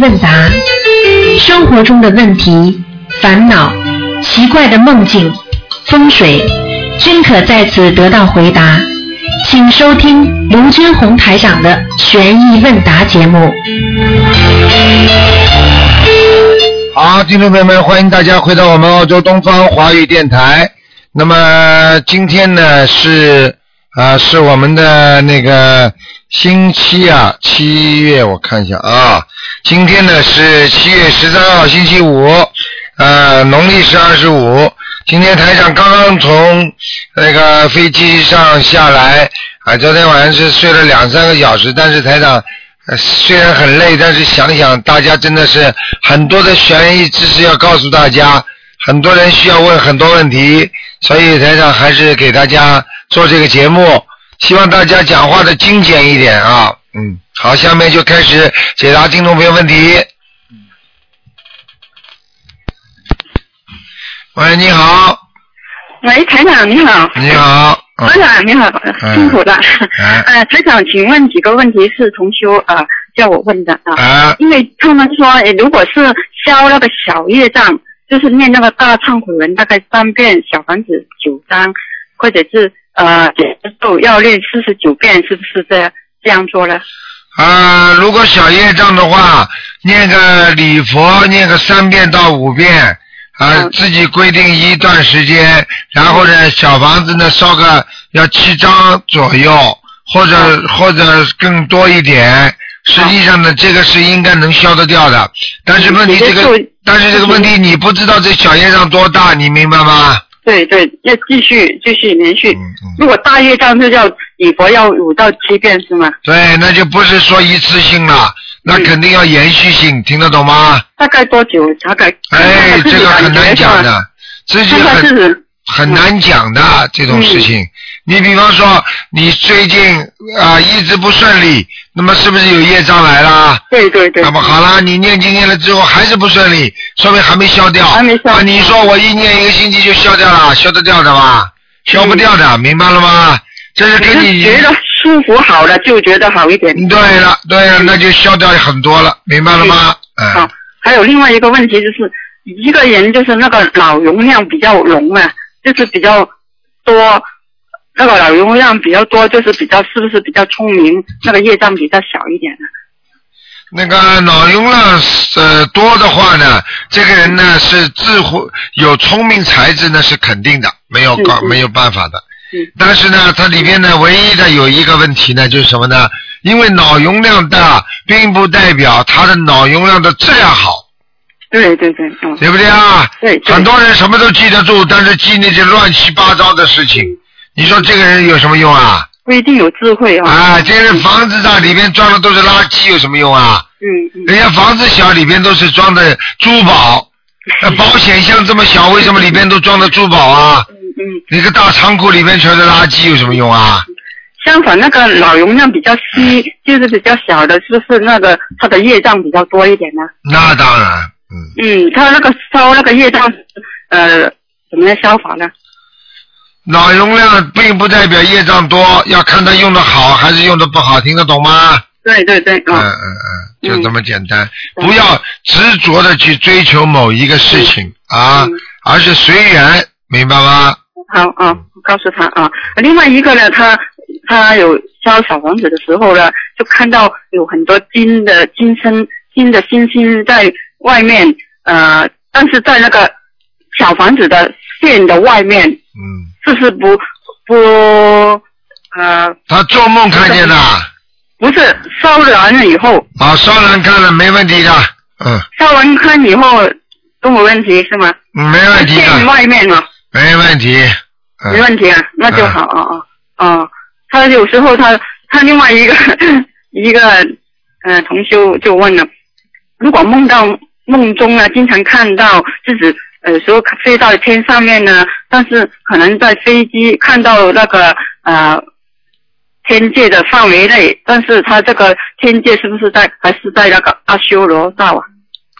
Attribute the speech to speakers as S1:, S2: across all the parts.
S1: 问答，生活中的问题、烦恼、奇怪的梦境、风水，均可在此得到回答。请收听卢军红台长的《悬疑问答》节目。
S2: 啊好，听众朋友们，欢迎大家回到我们澳洲东方华语电台。那么今天呢是啊、呃是我们的那个星期啊，七月我看一下啊，今天呢是七月十三号星期五，呃，农历是二十五。今天台长刚刚从那个飞机上下来啊，昨天晚上是睡了两三个小时，但是台长呃，虽然很累，但是想想大家真的是很多的悬疑知识要告诉大家，很多人需要问很多问题，所以台长还是给大家做这个节目，希望大家讲话的精简一点啊。嗯，好，下面就开始解答听众朋友问题。喂，你好，
S3: 喂，台长你好，
S2: 你好，嗯
S3: 台啊长你好，辛苦了。
S2: 哎
S3: 呃，台长，请问几个问题是同修呃叫我问的啊、
S2: 啊
S3: 因为他们说，呃如果是消那个小业障，就是念那个大忏悔文，大概三遍，小房子九张，或者是呃解咒要念四十九遍，是不是这样这样做呢？
S2: 啊！如果小业障的话，念个礼佛，念个三遍到五遍，啊，
S3: 嗯
S2: 自己规定一段时间，然后呢，小房子呢烧个要七张左右，或者、
S3: 嗯
S2: 或者更多一点。实际上呢，这个是应该能消得掉的，但是问题
S3: 也
S2: 这
S3: 嗯就
S2: 个
S3: 是，
S2: 但是这个问题你不知道这小业障多大，你明白吗？
S3: 对对，要继续继续连续。
S2: 嗯嗯。
S3: 如果大业障就要礼佛要五到七遍是吗？
S2: 对，那就不是说一次性了，那
S3: 嗯
S2: 肯定要延续性，听得懂吗？
S3: 大概多久？大概
S2: 哎，这个很难讲。的，自己
S3: 看看自
S2: 很
S3: 己是吧
S2: 很难讲的这种事情。你比方说，你最近啊、一直不顺利，那么是不是有业障来啦？
S3: 对对对
S2: 那，么好啦，你念经念了之后还是不顺利，说明还没消掉。
S3: 还没消
S2: 啊，你说我一念一个星期就消掉了，消得掉的吧？消不掉的，明白了吗？这是
S3: 你
S2: 跟
S3: 是
S2: 你
S3: 觉得舒服好了就觉得好一点。
S2: 对了，对了，那就消掉很多了，明白了吗？
S3: 好
S2: 嗯，，
S3: 还有另外一个问题就是，一个人就是那个脑容量比较浓啊，就是比较多，那个脑容量比较多，就是比较是不是比较聪明，那个业障比较小一点啊呢？
S2: 那个脑容量呃多的话呢，这个人
S3: 嗯
S2: 呢是智慧有聪明才智呢是肯定的，没有搞
S3: 嗯嗯
S2: 没有办法的
S3: 嗯。
S2: 但是呢，它里边呢唯一的有一个问题呢，就是什么呢？因为脑容量大，并不代表他的脑容量的质量好，
S3: 对对对，嗯，
S2: 对不对啊？
S3: 对，对
S2: 很多人什么都记得住，但是记那些乱七八糟的事情，
S3: 嗯
S2: 你说这个人有什么用啊？
S3: 不一定有智慧啊。
S2: 啊，这个房子大，里边装的都是垃圾，有什么用啊？
S3: 嗯嗯，
S2: 人家房子小，里边都是装的珠宝，
S3: 嗯
S2: 那保险箱这么小，为什么里边都装的珠宝啊？
S3: 嗯嗯，
S2: 你个大仓库里边全是垃圾，有什么用啊？
S3: 相反，那个脑容量比较稀，就是比较小的，是不是那个他的业障比较多一点呢？
S2: 那当然，嗯，
S3: 嗯，他那个烧那个业障，呃，怎么样消法呢？
S2: 脑容量并不代表业障多，要看他用的好还是用的不好，听得懂吗？
S3: 对对对，
S2: 嗯嗯
S3: 啊、
S2: 嗯，就
S3: 嗯
S2: 这么简单，
S3: 嗯
S2: 不要执着的去追求某一个事情啊
S3: 嗯，
S2: 而是随缘，明白吗？
S3: 好啊，
S2: 嗯
S3: 我告诉他啊。另外一个呢，他他有烧小房子的时候呢，就看到有很多金的金身、金的星星在外面，呃，但是在那个小房子的线的外面，
S2: 嗯，
S3: 就是不不呃
S2: 他做梦看见的。
S3: 不是烧完以后，
S2: 啊，烧人看了没问题的，嗯，
S3: 烧完坑以后都没问题是吗？
S2: 没问题
S3: 线
S2: 的，
S3: 外面啊嘛。
S2: 没问题，
S3: 没
S2: 嗯，
S3: 问题啊，那就好啊啊啊！他有时候他他另外一个 一个呃同修就问了，如果梦到梦中啊，经常看到自己呃有时候飞到天上面呢，但是可能在飞机看到那个呃天界的范围内，但是他这个天界是不是在还是在那个阿修罗道啊？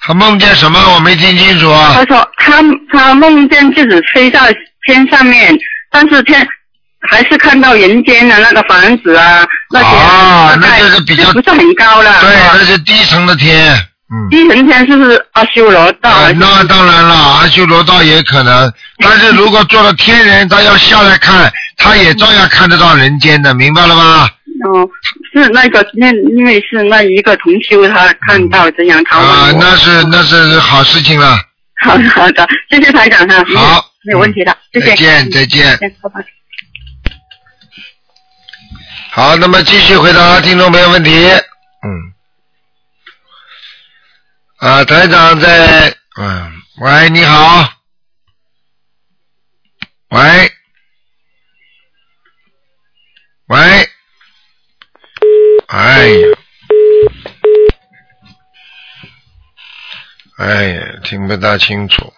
S2: 他梦见什么我没听清楚啊
S3: 他，说他他梦见自己飞到天上面，但是天还是看到人间的那个房子啊，那些
S2: 啊
S3: 大概
S2: 那就是比较
S3: 不是很高了。啊
S2: 对，那是低层的天，嗯。
S3: 第一层天是不是阿修罗道？
S2: 啊，那当然了，阿修罗道也可
S3: 嗯
S2: 能，但是如果做了天人，他要下来看，他也照样看得到人间的，明白了啊吗？
S3: 哦，是那个那因为是那一个同修他看到这样，他
S2: 嗯啊，
S3: 问我。
S2: 那是那是好事情了。
S3: 好的好的，谢谢台长哈。没有
S2: 好
S3: 没有问题的，谢谢。
S2: 再见，
S3: 嗯
S2: 再见。
S3: 再见，拜拜。
S2: 好，那么继续回答听众朋友问题。嗯。啊，台长在。嗯，喂，你好。喂。喂。哎呀。哎呀，听不大清楚。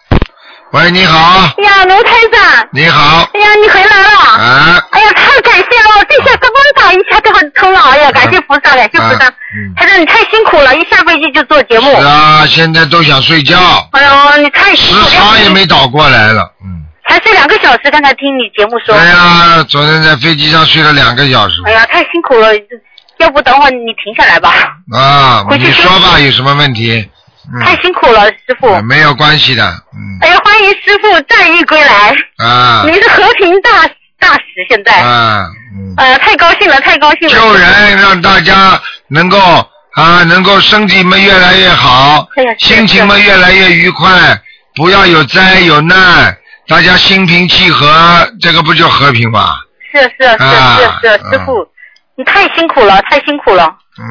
S2: 喂，你好，
S4: 哎呀，卢台长，
S2: 你好，
S4: 哎呀，你回来了！
S2: 啊，
S4: 哎呀，太感谢了，这下子问打一下就很通了，哎呀，感谢菩萨，感谢菩萨
S2: 啊嗯！
S4: 台长，你太辛苦了，一下飞机就做节目
S2: 是，啊，现在都想睡觉。
S4: 哎呦，你太辛
S2: 时
S4: 苦
S2: 差也
S4: 了，
S2: 没倒过来了。嗯。
S4: 才睡两个小时，刚才听你节目说，
S2: 哎呀，昨天在飞机上睡了两个小时
S4: 哎呀，太辛苦了，要不等会儿你停下来吧，
S2: 啊！
S4: 回去
S2: 你
S4: 休息
S2: 说吧，有什么问题？
S4: 太辛苦了，师傅。
S2: 嗯，没有关系的。嗯
S4: 哎呀，欢迎师傅战役归来，
S2: 啊
S4: 您是和平大大使，现在，
S2: 啊，嗯，
S4: 哎呀，太高兴了，太高兴了，
S2: 救人让大家能够啊，能够身体们越来越好
S4: 哎呀，是
S2: 心情们越来越愉快，不要有灾有难，大家心平气和，这个不就和平吗？
S4: 是是是
S2: 啊
S4: 是是，师傅，你太辛苦了，太辛苦了。
S2: 嗯。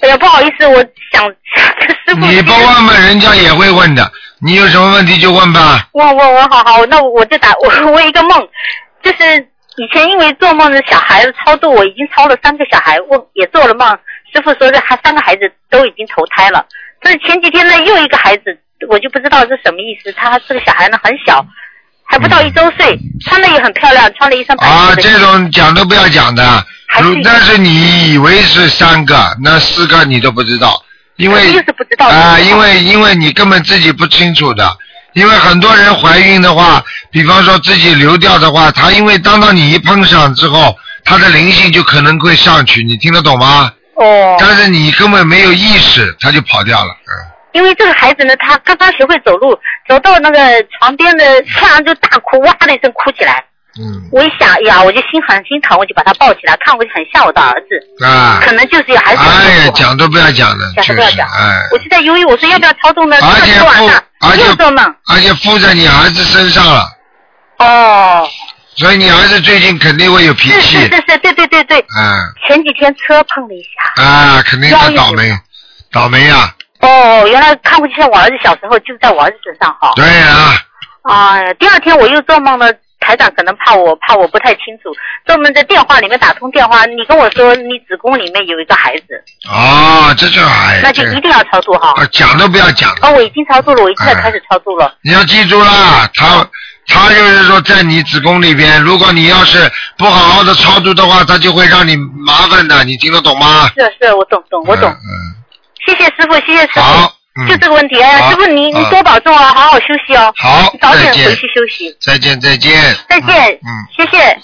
S4: 哎呀，不好意思，我想师傅，
S2: 你不问问，人家也会问的。你有什么问题就问吧。
S4: 我我我好好，那我就打我我有一个梦，就是以前因为做梦的小孩子超度，我已经超了三个小孩，我也做了梦，师傅说这还三个孩子都已经投胎了，但是前几天呢又一个孩子，我就不知道是什么意思，他这个小孩呢很小。还不到一周岁，穿的也很漂亮，穿了一身白
S2: 啊
S4: 色，的衣
S2: 这
S4: 服。
S2: 种讲都不要讲的。
S4: 还是
S2: 如但是你以为是三个，那四个你都不知道，因为
S4: 又是不知道的
S2: 啊，因为因为你根本自己不清楚的。因为很多人怀孕的话，比方说自己流掉的话，他因为当到你一碰上之后，他的灵性就可能会上去，你听得懂吗？
S4: 哦，
S2: 但是你根本没有意识，他就跑掉了。嗯。
S4: 因为这个孩子呢，他刚刚学会走路，走到那个床边的，突然就大哭，哇的一声哭起来。
S2: 嗯
S4: 我一想，哎呀，我就心很心疼，我就把他抱起来，看我就很像我的儿子，
S2: 啊，
S4: 可能就是有孩子有
S2: 哎
S4: 这
S2: 呀
S4: 种，
S2: 讲都不要讲的，就
S4: 讲
S2: 是
S4: 都不要讲
S2: 哎。
S4: 我就在犹豫，我说要不要操纵呢？
S2: 而且
S4: 今天晚
S2: 不而
S4: 上
S2: 且
S4: 又做梦，
S2: 而且附在你儿子身上了，
S4: 哦，
S2: 所以你儿子最近肯定会有脾
S4: 是 是
S2: 气，
S4: 是是，对对对对，
S2: 嗯
S4: 前几天车碰了一下，
S2: 啊，肯定他倒霉，倒霉啊呀、
S4: 哦，原来看不见我儿子小时候就在我儿子身上哈，
S2: 对啊，
S4: 啊、第二天我又做梦了，台长可能怕我，怕我不太清楚。做梦在电话里面打通电话，你跟我说你子宫里面有一个孩子，
S2: 哦，这就哎，
S4: 那就
S2: 这
S4: 一定要超度哈。
S2: 啊讲都不要讲，
S4: 哦，我已经超度了，我现在开始超度了。
S2: 你要记住啦，他他就是说在你子宫里边，如果你要是不好好的超度的话，他就会让你麻烦的，你听得懂吗？
S4: 是是，我懂懂，我懂。
S2: 嗯，嗯
S4: 谢谢师傅，谢谢师傅。
S2: 好，嗯，
S4: 就这个问题，哎
S2: 好
S4: 呀，师傅你
S2: 嗯
S4: 你多保重啊，好好休息哦，
S2: 好，
S4: 早点
S2: 再
S4: 回
S2: 见，
S4: 去休息。
S2: 再见，再见，
S4: 再见
S2: 嗯。嗯
S4: 谢谢。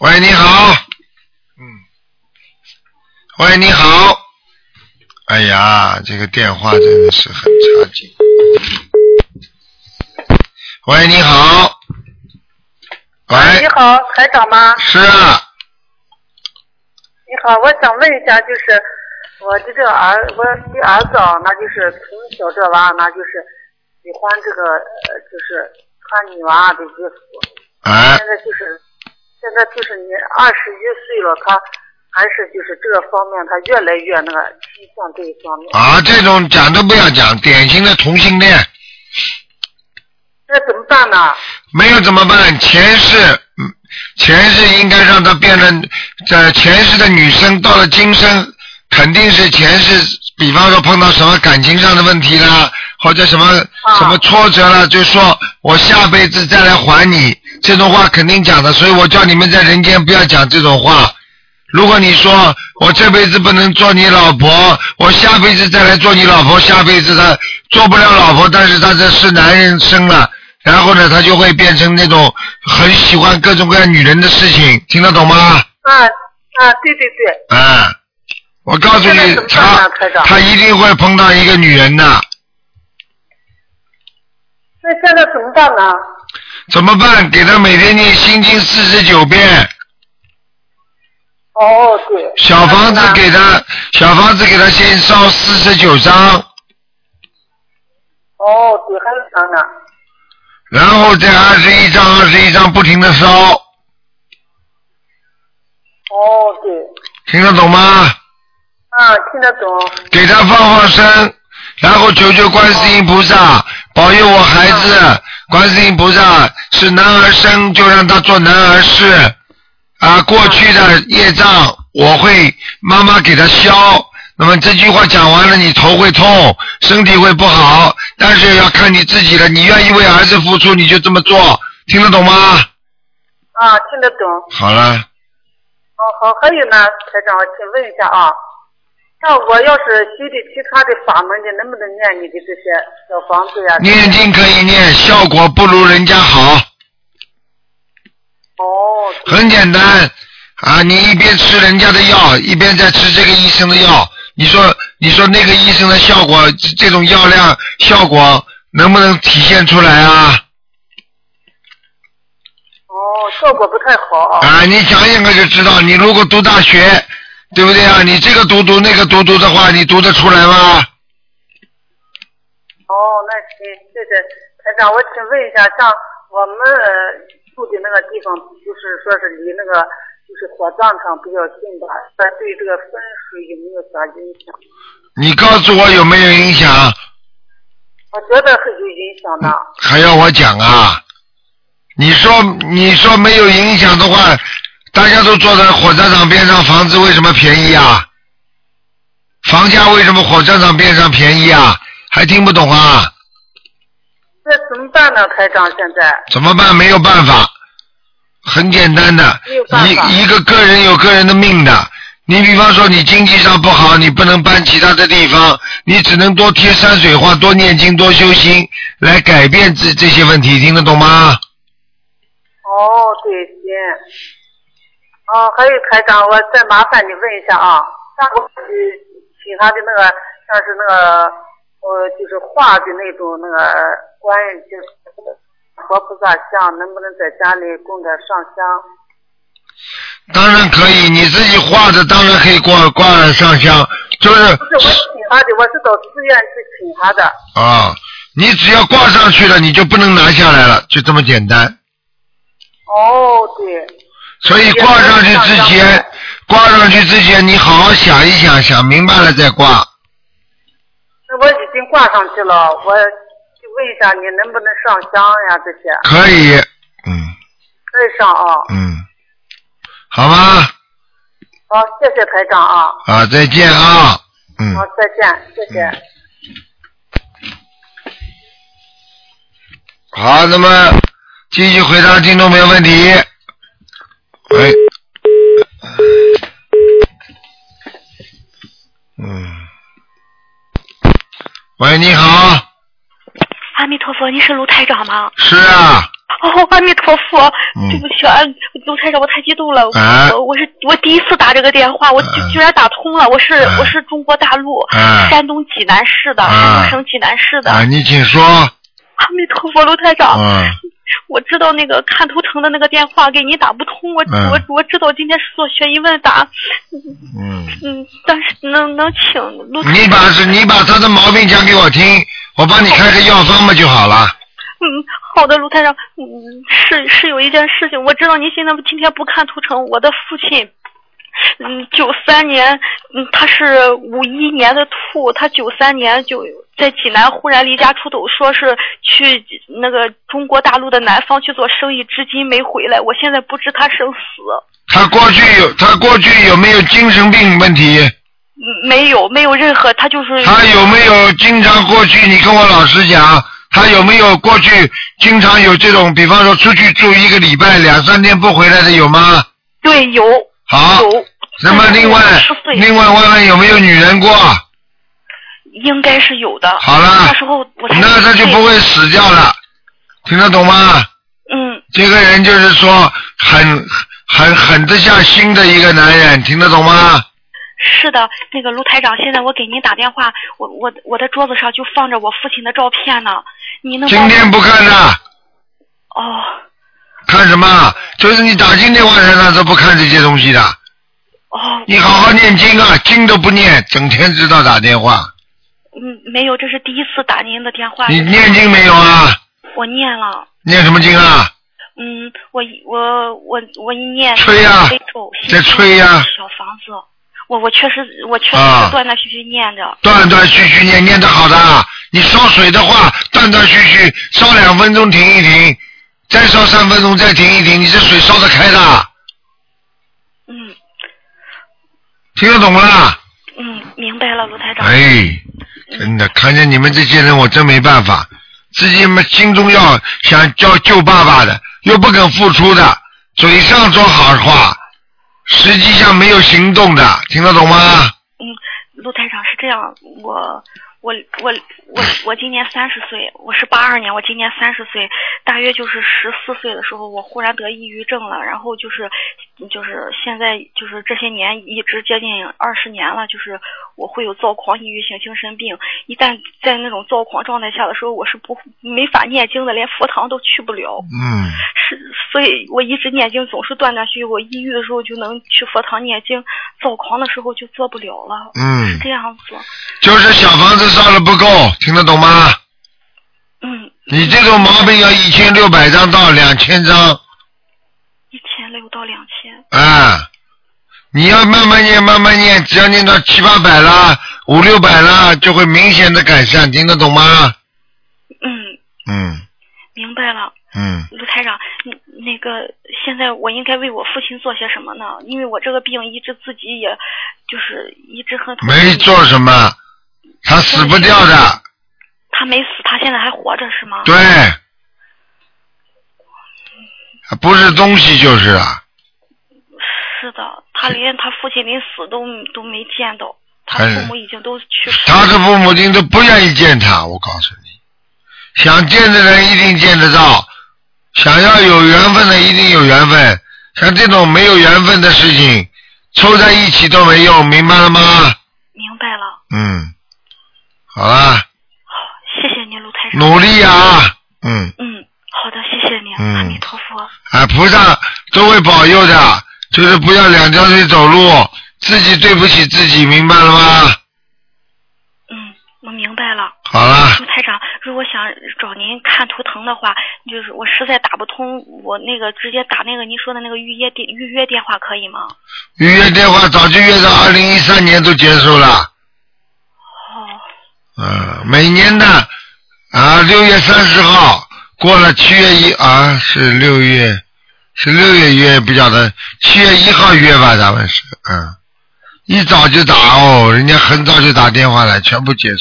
S2: 喂，你好。嗯。喂，你好。哎呀，这个电话真的是很差劲。喂，你好。
S5: 你
S2: 喂，
S5: 好，台长吗？
S2: 是啊，
S5: 你好，我想问一下，就是我这个儿，我这儿子啊，那就是从小这娃，那就是喜欢这个，呃，就是穿女娃的衣服。
S2: 哎
S5: 现在就是，现在就是你二十一岁了，他还是就是这个方面，他越来越那个倾向这一方面。
S2: 啊，这种讲都不要讲，典型的同性恋，
S5: 那怎么办呢？
S2: 没有怎么办？前世，嗯前世应该让他变得，呃，前世的女生到了今生，肯定是前世，比方说碰到什么感情上的问题啦，或者什么
S5: 啊
S2: 什么挫折啦，就说我下辈子再来还你，这种话肯定讲的，所以我叫你们在人间不要讲这种话。如果你说我这辈子不能做你老婆，我下辈子再来做你老婆，下辈子他做不了老婆，但是他这是男人生了，然后呢，他就会变成那种很喜欢各种各样女人的事情，听得懂吗？
S5: 啊啊，对对对，
S2: 啊、我告诉
S5: 现在
S2: 你
S5: 怎，么办
S2: 他
S5: 呢台长
S2: 他一定会碰到一个女人的，
S5: 那现在怎么办呢？
S2: 怎么办？给他每天念心经四十九遍，
S5: 哦，对。
S2: 小房子给他，小房子给他先烧四十九张，
S5: 哦，对，还有啥呢？
S2: 然后再二十一张、二十一张不停的烧，
S5: 哦，对，
S2: 听得懂吗？
S5: 啊，听得懂。
S2: 给他放放生，然后求求观世音菩萨保佑我孩子。观世音菩萨是男儿身，就让他做男儿事。啊，过去的业障我会妈妈给他消。那么这句话讲完了，你头会痛，身体会不好，但是要看你自己了。你愿意为儿子付出，你就这么做，听得懂吗？
S5: 啊，听得懂。
S2: 好了，
S5: 哦，好，还有呢，台长，我请问一下啊，像我要是修的其他的法门的，能不能念你的这些小房子呀？
S2: 念经可以念，效果不如人家好。
S5: 哦，对
S2: 很简单啊，你一边吃人家的药，一边在吃这个医生的药，你说你说那个医生的效果，这这种药量效果能不能体现出来啊？
S5: 哦，效果不太好啊。
S2: 啊，你想想看就知道，你如果读大学，对不对啊？你这个读读那个读读的话，你读得出来吗？
S5: 哦，那行，谢谢台长，我请问一下，像我们呃住的那个地方，就是说是离那个就是火葬场比较近吧，那对这个风水有没有啥影响？
S2: 你告诉我有没有影响？
S5: 我觉得很有影响的。
S2: 还要我讲啊？你说你说没有影响的话，大家都坐在火车站边上，房子为什么便宜啊？房价为什么火车站边上便宜啊？还听不懂啊？
S5: 那怎么办呢，台长？现在
S2: 怎么办？没有办法，很简单的
S5: 没有办，法
S2: 一一个个人有个人的命的。你比方说你经济上不好，你不能搬其他的地方，你只能多贴山水画，多念经，多修心，来改变这这些问题，听得懂吗？
S5: 哦，对，行。哦，还有台长，我再麻烦你问一下啊，像我去请他的那个，像是那个，呃，就是画的那种那个观音，就是佛菩萨像，能不能在家里供点上香？
S2: 当然可以，你自己画的当然可以挂挂上香，就是
S5: 不是我请他的，我是到寺院去请他的。
S2: 啊，你只要挂上去了，你就不能拿下来了，就这么简单。
S5: 哦，对，
S2: 所以挂上去之前，挂上去之前，你好好想一想，想明白了再挂。
S5: 那我已经挂上去了，我就问一下你能不能上香呀？这些
S2: 可以，嗯
S5: 可以上啊。
S2: 嗯，好吗？
S5: 好，谢谢台长啊。
S2: 啊，再见啊，嗯
S5: 好，。再见，谢谢。
S2: 好，那么继续回答听众朋友问题。哎喂，嗯，喂，你好，
S6: 阿弥陀佛，您是卢台长吗？
S2: 是啊，
S6: 哦，阿弥陀佛，
S2: 嗯
S6: 对不起啊，卢台长，我太激动了。
S2: 啊
S6: 我我是我第一次打这个电话，我居
S2: 啊
S6: 居然打通了。我是、
S2: 啊
S6: 我是中国大陆、
S2: 啊
S6: 山东济南市的，
S2: 啊
S6: 山东省济南市的。
S2: 啊，你请说，
S6: 阿弥陀佛，卢台长，
S2: 嗯，
S6: 我知道那个看头疼的那个电话给您打不通，我、
S2: 嗯
S6: 我我知道今天是做悬疑问答，
S2: 嗯，
S6: 嗯，但是能能请卢台
S2: 你把是你把他的毛病讲给我听，我帮你开个药方嘛就好了。
S6: 嗯，好的，卢台长，嗯，是是有一件事情，我知道您现在今天不看图腾，我的父亲。嗯，九三年，嗯，他是五一年的兔，他九三年就在济南忽然离家出走，说是去那个中国大陆的南方去做生意，至今没回来。我现在不知他生死，
S2: 他过去有他过去有没有精神病问题？
S6: 嗯没有没有任何，他就是
S2: 他有没有经常过去？你跟我老实讲，他有没有过去经常有这种，比方说出去住一个礼拜、两三天不回来的有吗？
S6: 对有
S2: 好，
S6: 有，
S2: 那么另外
S6: 十岁
S2: 另外问问有没有女人过？
S6: 应该是有的。
S2: 好了
S6: 那时候我才
S2: 那他
S6: 十
S2: 就
S6: 岁
S2: 不会死掉了，听得懂吗？
S6: 嗯。
S2: 这个人就是说很很狠得下心的一个男人，听得懂吗？
S6: 是的，那个卢台长，现在我给您打电话，我我我的桌子上就放着我父亲的照片呢，您能
S2: 今
S6: 帮我
S2: 天不看了，
S6: 哦
S2: 看什么？就是你打进电话来了都不看这些东西的。
S6: 哦，
S2: 你好好念经啊，经都不念，整天知道打电话。
S6: 嗯，没有，这是第一次打您的电话，
S2: 你念经没有啊？
S6: 我念了，
S2: 念什么经啊？
S6: 嗯，我一我我我一念
S2: 吹呀
S6: 非咒
S2: 在吹呀
S6: 小房子，我我确实我确实
S2: 啊
S6: 是断断续续念着，
S2: 断断续续念，念得好的啊。你烧水的话，断断续续烧两分钟停一停，再烧三分钟再停一停，你这水烧得开的，啊
S6: 嗯
S2: 听得懂吗？
S6: 嗯，明白了，卢台长，
S2: 哎，真的，看见你们这些人，我真没办法。自己们心中要想叫救爸爸的，又不肯付出的，嘴上说好话，实际上没有行动的，听得懂吗？
S6: 卢嗯台长是这样，我我我我我今年三十岁，我是八二年，我今年三十岁，大约就是十四岁的时候，我忽然得抑郁症了，然后就是就是现在就是这些年一直接近二十年了，就是我会有躁狂、抑郁型精神病，一旦在那种躁狂状态下的时候，我是不没法念经的，连佛堂都去不了。
S2: 嗯，
S6: 是，所以我一直念经总是断断续续。我抑郁的时候就能去佛堂念经，躁狂的时候就做不了了。
S2: 嗯
S6: 是这样子。
S2: 就是小房子烧的不够，听得懂吗？
S6: 嗯，
S2: 你这种毛病要一千六百张到两千张，
S6: 一千六到两千。
S2: 啊，你要慢慢念，慢慢念，只要念到七八百啦，五六百啦，就会明显的改善，听得懂吗？
S6: 嗯，
S2: 嗯
S6: 明白了，
S2: 嗯，
S6: 卢台长，你那个现在我应该为我父亲做些什么呢？因为我这个病一直自己也，就是一直很
S2: 没做什么，他死不掉的，
S6: 他没死，他现在还活着是吗？
S2: 对，不是东西就是啊，
S6: 是的，他连他父亲临死都都没见到，他
S2: 哎
S6: 父母已经都去世了。
S2: 他的父母亲都不愿意见他，我告诉你，想见的人一定见得到，想要有缘分的一定有缘分，像这种没有缘分的事情，凑在一起都没用，明白了吗？
S6: 明白了，
S2: 嗯，好啦，
S6: 谢谢您，卢台长。
S2: 努力啊，嗯，
S6: 嗯，好的，谢谢您，
S2: 嗯
S6: 阿弥陀佛。
S2: 啊，菩萨都会保佑的，就是不要两条腿走路，自己对不起自己，明白了吗？
S6: 嗯，我明白了。
S2: 好啦，
S6: 卢台长，如果想找您看图腾的话，就是我实在打不通，我那个直接打那个您说的那个预约电预约电话可以吗？
S2: 预约电话早就约到二零一三年都结束了。
S6: 哦，
S2: 嗯，每年的啊六月三十号过了七月一啊是六月是六月约不晓得七月一号约吧，咱们是嗯，一早就打哦，人家很早就打电话来，全部结束。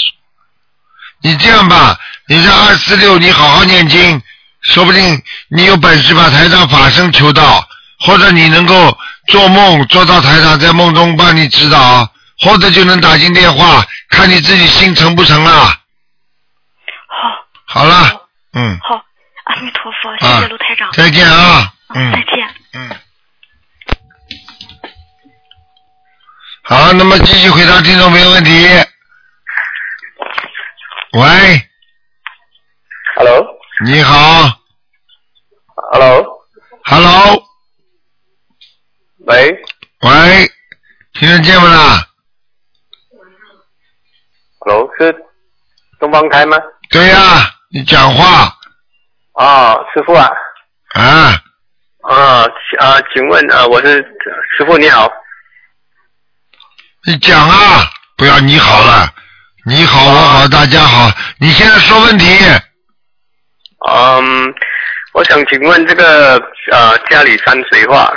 S2: 你这样吧，你这二四六你好好念经，说不定你有本事把台上法身求到，或者你能够做梦做到台上在梦中帮你指导，或者就能打进电话，看你自己心诚不诚了。
S6: 好，
S2: 好了，嗯，
S6: 好，阿弥陀佛，谢
S2: 啊
S6: 谢卢台长。
S2: 再见啊，
S6: 嗯再
S2: 嗯
S6: 见。
S2: 嗯。好，那么继续回答听众朋友问题。喂，
S7: Hello，Hello，
S2: 你好，Hello，
S7: 喂
S2: 喂，听得见不啦？
S7: ，Hello，是东方台吗？
S2: 对呀、你讲话
S7: 啊、师傅啊，
S2: 啊，
S7: 啊啊，请问啊，我是师傅你好，
S2: 你讲啊，不要你好了，你好我好大家好，你现在说问题，
S7: 嗯，我想请问这个呃家里山水画，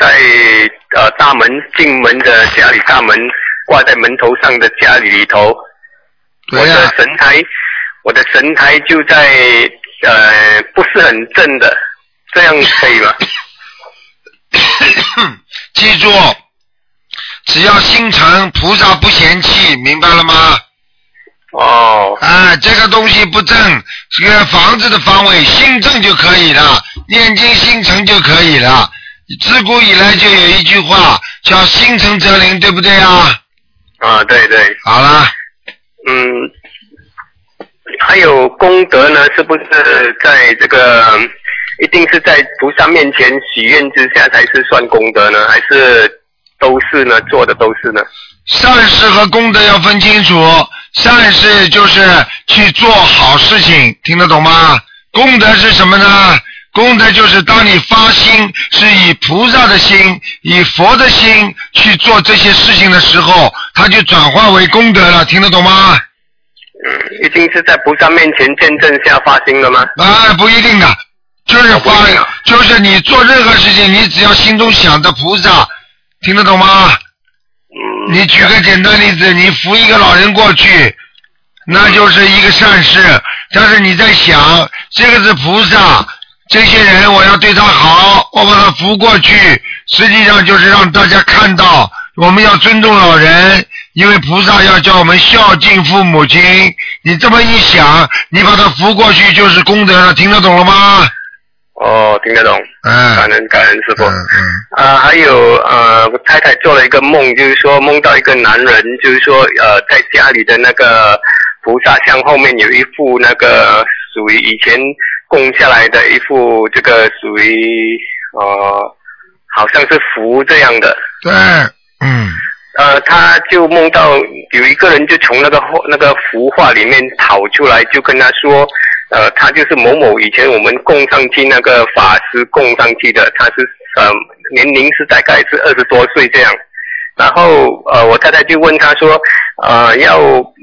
S7: 在呃大门进门的家里大门挂在门头上的家里里头，我
S2: 对呀、
S7: 的神台，我的神台就在呃不是很正的，这样可以吗？
S2: 记住，只要心诚，菩萨不嫌弃，明白了吗？
S7: 哦，
S2: 啊，这个东西不正，这个房子的方位心正就可以了，念经心诚就可以了。自古以来就有一句话叫“心诚则灵”，对不对啊？
S7: 啊，对对，
S2: 好啦，
S7: 嗯，还有功德呢，是不是在这个一定是在菩萨面前许愿之下才是算功德呢？还是都是呢？做的都是呢？
S2: 善事和功德要分清楚。善事就是去做好事情，听得懂吗？功德是什么呢？功德就是当你发心是以菩萨的心、以佛的心去做这些事情的时候，它就转化为功德了，听得懂吗？
S7: 嗯，一定是在菩萨面前见证下发心的吗？
S2: 啊，不一定的，就是
S7: 不一定
S2: 发
S7: 啊，
S2: 就是你做任何事情，你只要心中想着菩萨，听得懂吗？
S7: 嗯，
S2: 你举个简单例子，你扶一个老人过去，那就是一个善事。但是你在想，这个是菩萨，这些人我要对他好，我把他扶过去，实际上就是让大家看到，我们要尊重老人，因为菩萨要叫我们孝敬父母亲。你这么一想，你把他扶过去就是功德了，听得懂了吗？
S7: 哦，听得懂，
S2: 嗯
S7: 感恩感恩师傅。
S2: 嗯嗯。
S7: 啊，还有呃，我太太做了一个梦，就是说梦到一个男人，就是说呃，在家里的那个菩萨像后面有一副那个属于以前供下来的一副这个属于呃，好像是符这样的。
S2: 对，嗯，
S7: 呃，他就梦到有一个人就从那个画那个幅画里面跑出来，就跟他说，呃，他就是某某以前我们供上去那个法师供上去的，他是呃年龄是大概是二十多岁这样。然后呃，我太太就问他说，呃，要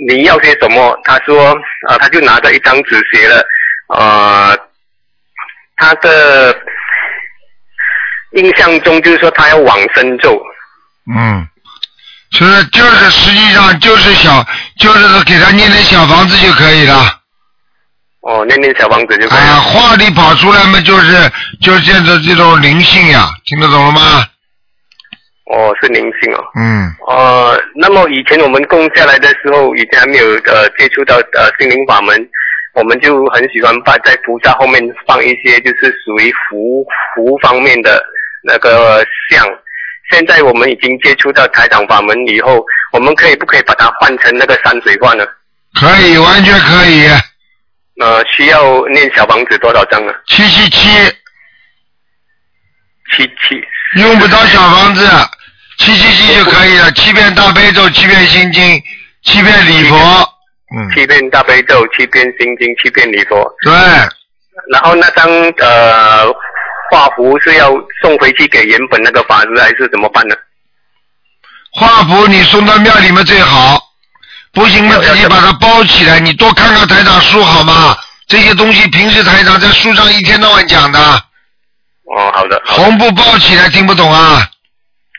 S7: 你要些什么？他说，啊、他就拿着一张纸写了，呃，他的印象中就是说他要往生咒。
S2: 嗯，就是就是，实际上就是小，就是给他念点小房子就可以了。
S7: 哦，念念小房子就可以
S2: 啊，
S7: 了。
S2: 话里跑出来嘛，就是就是这种这种灵性呀，听得懂了吗？
S7: 哦，是灵性哦。
S2: 嗯，
S7: 呃，那么以前我们供下来的时候，以前还没有呃接触到呃心灵法门，我们就很喜欢把在菩萨后面放一些就是属于福福方面的那个像。现在我们已经接触到台长法门以后，我们可以不可以把它换成那个山水画呢？
S2: 可以，完全可以，
S7: 呃，需要念小房子多少张呢？啊
S2: 七七七，
S7: 七七。
S2: 用不着小房子，七七七就可以了，七遍大悲咒，七遍心经，七遍礼佛，嗯，
S7: 七遍大悲咒，七遍心经，七遍礼佛。
S2: 对，
S7: 然后那张呃画符是要送回去给原本那个法师，还是怎么办呢？
S2: 画符你送到庙里面最好，不行嘛
S7: 要
S2: 自己把它包起来。你多看看台长书好吗？这些东西平时台长在书上一天到晚讲的，
S7: 哦，好的，好的，
S2: 红布包起来听不懂啊。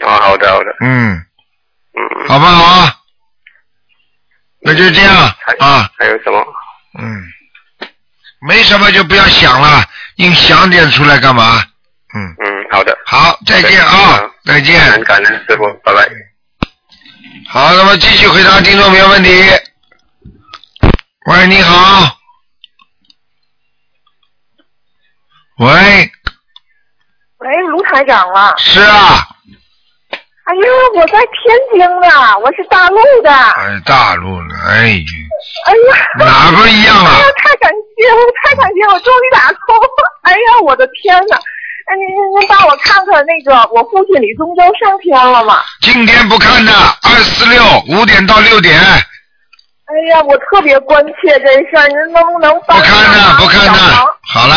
S7: 哦，好的，好的，
S2: 嗯，
S7: 嗯，
S2: 好不好？那就这样
S7: 还
S2: 啊，
S7: 还有什么？
S2: 嗯，没什么就不要想了，硬想点出来干嘛？嗯，
S7: 嗯，好的，嗯
S2: 好，再见啊，再
S7: 感
S2: 见
S7: 恩。感恩师傅，拜拜。
S2: 好，那么继续回答听众朋友问题。喂，你好。喂，
S5: 喂，卢台长吗？
S2: 是啊，
S5: 哎呀，我在天津呢，我是大陆的。哎
S2: 哎，大陆呢，哎，
S5: 呀，
S2: 哪不一样了啊
S5: 哎呀，太感谢，太感谢，我终于打通。哎呀，我的天呐！哎，您您您帮我看看那个我父亲李宗周上天了吗？
S2: 今天不看的，二四六五点到六点，
S5: 哎呀，我特别关切这事儿，您能不能
S2: 不
S5: 帮我
S2: 看的，不看嗯
S5: 小
S2: 的
S5: 忙，
S2: 好了，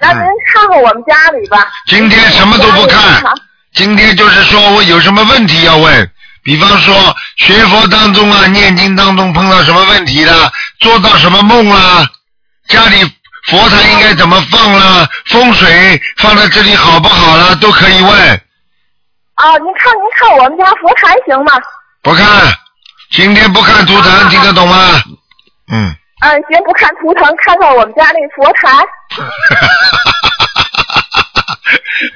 S5: 那您看看我们家里吧。
S2: 今天什么都不看今天就是说我有什么问题要问，比方说学佛当中啊，念经当中碰到什么问题啦，做到什么梦啦，家里佛台应该怎么放啦，风水放在这里好不好啦，都可以问。
S5: 啊，您看您看我们家佛台行吗？
S2: 不看，今天不看图腾，听得懂吗？ 嗯。
S5: 嗯，行，不看图腾，看看我们家那佛台，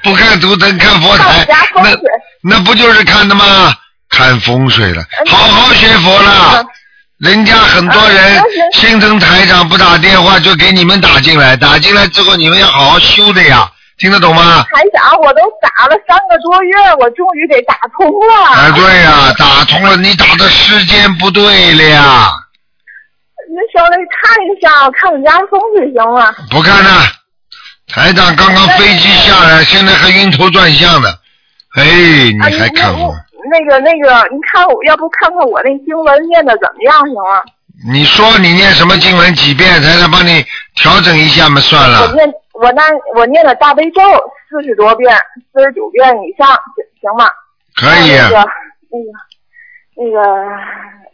S2: 不看图腾，看佛
S5: 看我
S2: 台
S5: 们家，风水。
S2: 那那不就是看的吗？看风水了，好好学佛啦
S5: 嗯。
S2: 人家很多人
S5: 嗯嗯
S2: 心疼台长不打电话就给你们打进来，打进来之后你们要好好修的呀，听得懂吗？
S8: 台长，我都打了三个多月，我终于给打通了。
S2: 啊，对呀、打通了，你打的时间不对了呀，
S8: 您稍微看一下，看我家风水行吗？
S2: 不看了。台长刚刚飞机下来，现在还晕头转向的，哎，你
S8: 啊，你
S2: 还看
S8: 那
S2: 我？
S8: 那个那个，您看我，要不看看我那经文念的怎么样行啊吗？
S2: 你说你念什么经文几遍，台长帮你调整一下嘛，算
S8: 我
S2: 了。
S8: 念我那我念了大悲咒四十多遍，四十九遍以上，行行吗？
S2: 可以，啊
S8: 那个那个那个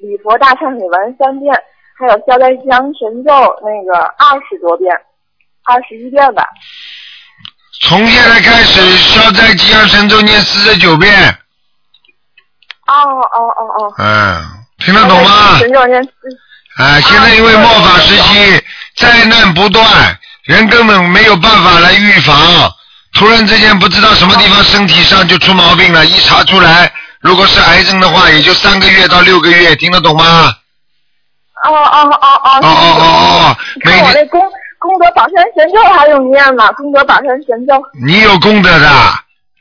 S8: 礼佛大忏悔文三遍，还有消灾吉祥神咒那个二十多遍，二十一遍吧。
S2: 从现在开始消灾吉祥神咒念四十九遍，
S8: 哦哦哦哦，
S2: 嗯，听得懂吗？
S8: 神咒念四
S2: 啊，现在因为末法时期灾难不断，人根本没有办法来预防，突然之间不知道什么地方身体上就出毛病了，一查出来，如果是癌症的话，也就三个月到六个月，听得懂吗？
S8: 哦哦哦哦
S2: 哦哦哦哦，每
S8: 看我
S2: 天
S8: 那功功德宝山神咒还用念吗？功德宝山神咒
S2: 你有功德的，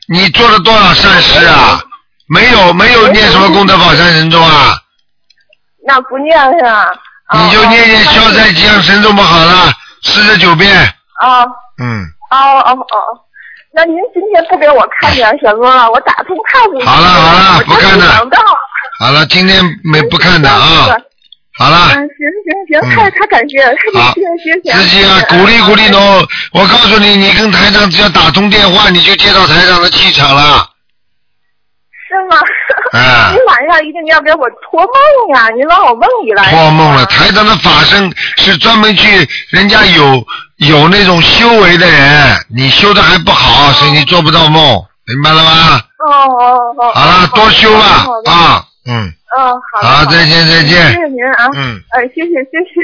S2: 你做了多少善事啊？没有没有念什么功德宝山神咒啊？
S8: 那不念是吧？
S2: 你就念念消灾吉祥神咒不好了，四十九遍，
S8: 啊！哦
S2: 嗯，
S8: 哦哦哦哦，那您今天不给我看点什么了？我打通太不容易
S2: 好了好了不看了
S8: 我想到
S2: 好了，今天没不看的啊，好了。
S8: 嗯，行行
S2: 嗯
S8: 行，太太感谢，
S2: 好
S8: 太感谢，谢谢。
S2: 自己啊， 鼓励鼓励侬。我告诉你，你跟台长只要打通电话，你就接到台长的气场了。
S8: 是吗？
S2: 啊
S8: 您晚上一定要给我托梦呀！您往我梦里来。
S2: 托梦了，台长的法身是专门去人家有有那种修为的人，你修的还不好，所以你做不到梦，明白了吗？
S8: 哦哦哦。
S2: 好了，多修吧
S8: 好的好的
S2: 啊，嗯，
S8: 嗯，好的。
S2: 好，
S8: 的
S2: 再见再
S8: 谢
S2: 见，
S8: 谢您啊。
S2: 嗯，
S8: 哎，谢谢谢谢。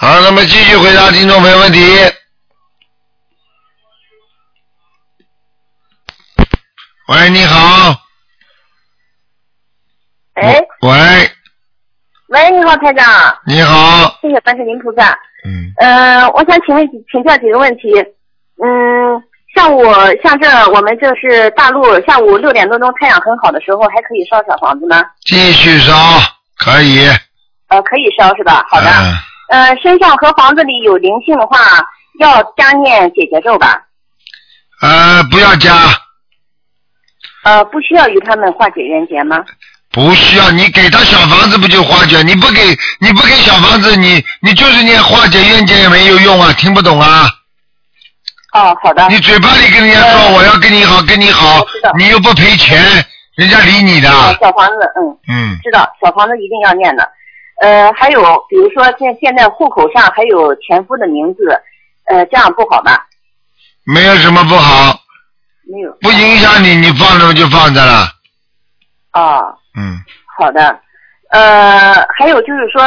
S2: 好，那么继续回答听众朋友问题。喂，你好，嗯
S8: 哎，
S2: 喂，
S8: 喂，你好，台长，
S2: 你好，
S8: 谢谢观世音菩萨。
S2: 嗯，
S8: 呃，我想请问请教几个问题。嗯，像我像这我们这是大陆，下午六点多钟太阳很好的时候，还可以烧小房子吗？
S2: 继续烧，可以。
S8: 呃，可以烧是吧？好的。
S2: 嗯、
S8: 呃，身上和房子里有灵性的话，要加念解结咒吧。
S2: 呃，不要加，
S8: 呃，不需要与他们化解冤结吗？
S2: 不需要。你给他小房子不就化解？你不给，你不给小房子，你你就是念化解冤结也没有用啊！听不懂啊？
S8: 哦，好的。嗯
S2: 你嘴巴里跟人家说我要跟你好，跟你好
S8: 我知道，
S2: 你又不赔钱，人家理你
S8: 呃
S2: 的。
S8: 小房子，嗯，
S2: 嗯，
S8: 知道，小房子一定要念的。呃，还有比如说现现在户口上还有前夫的名字，呃，这样不好吧？
S2: 没有什么不好，
S8: 没有。
S2: 不影响你，你放着就放着了。
S8: 哦，
S2: 嗯，
S8: 好的。呃，还有就是说，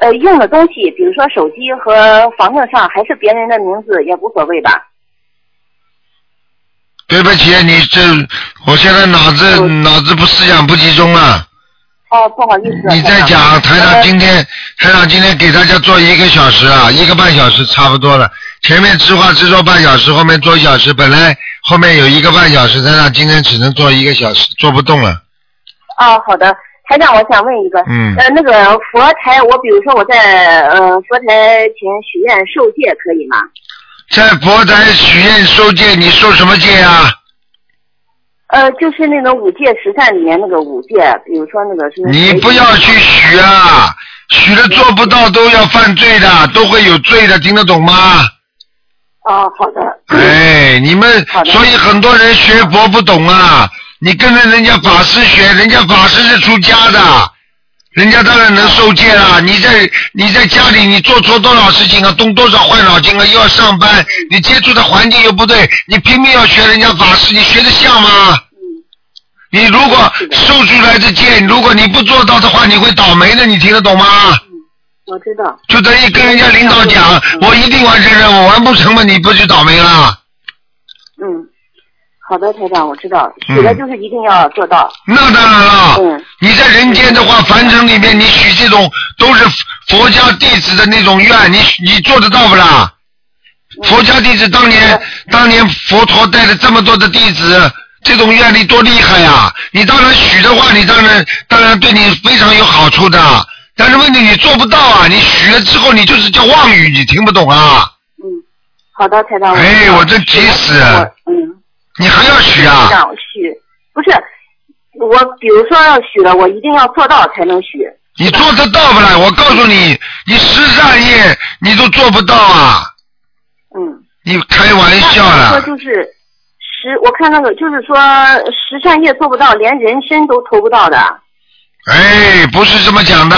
S8: 呃，用的东西，比如说手机和房证上还是别人的名字也无所谓吧？
S2: 对不起，你这我现在脑子
S8: 嗯
S2: 脑子不思想不集中了。
S8: 哦，不好意思。
S2: 你再
S8: 台长
S2: 讲，台长
S8: 呃
S2: 今天，台长今天给大家做一个小时啊，一个半小时差不多了。前面直话直说半小时，后面做一小时，本来后面有一个半小时，台长今天只能做一个小时，做不动了。
S8: 哦，好的，台长，我想问一个，
S2: 嗯
S8: 呃，那个佛台，我比如说我在呃佛台前许愿受戒可以吗？
S2: 在佛台许愿受戒，你受什么戒啊？
S8: 呃，就是那种五戒十善里面那个五戒，比如说那个什嗯么。
S2: 你不要去许啊，许了做不到都要犯罪的，都会有罪的，听得懂吗？
S8: 哦，好的。
S2: 哎，你们
S8: 好的
S2: 所以很多人学佛不懂啊，你跟着人家法师学，人家法师是出家的，人家当然能受戒啦。你在你在家里，你做错多少事情啊，动多少坏脑筋啊，又要上班，你接触的环境又不对，你拼命要学人家法师，你学得像吗？你如果受出来的戒，如果你不做到的话，你会倒霉的，你听得懂吗？
S8: 我知道。
S2: 就等于跟人家领导讲，我一定完成任务，完不成嘛，你不就倒霉了？
S8: 嗯，好的，台长，我知道，
S2: 嗯
S8: 许的就是一定要做到。
S2: 那当然了，
S8: 嗯
S2: 你在人间的话，凡尘里面，你许这种都是佛家弟子的那种愿，你你做得到不啦？
S8: 嗯
S2: 佛教弟子当年当年佛陀带了这么多的弟子，这种愿力多厉害呀、你当然许的话，你当然当然对你非常有好处的。但是问题你做不到啊！你许了之后，你就是叫妄语，你听不懂啊！
S8: 好的，台长。
S2: 哎，我真急死！
S8: 嗯，
S2: 你还要许啊？
S8: 让我许，不是我，比如说要许了，我一定要做到才能许。
S2: 你做得到不啦？我告诉你，你十善业你都做不到啊！
S8: 嗯，
S2: 你开玩笑
S8: 说
S2: 了，
S8: 就是十，我看那个就是说十善业做不到，连人参都投不到的。
S2: 哎，不是这么讲的，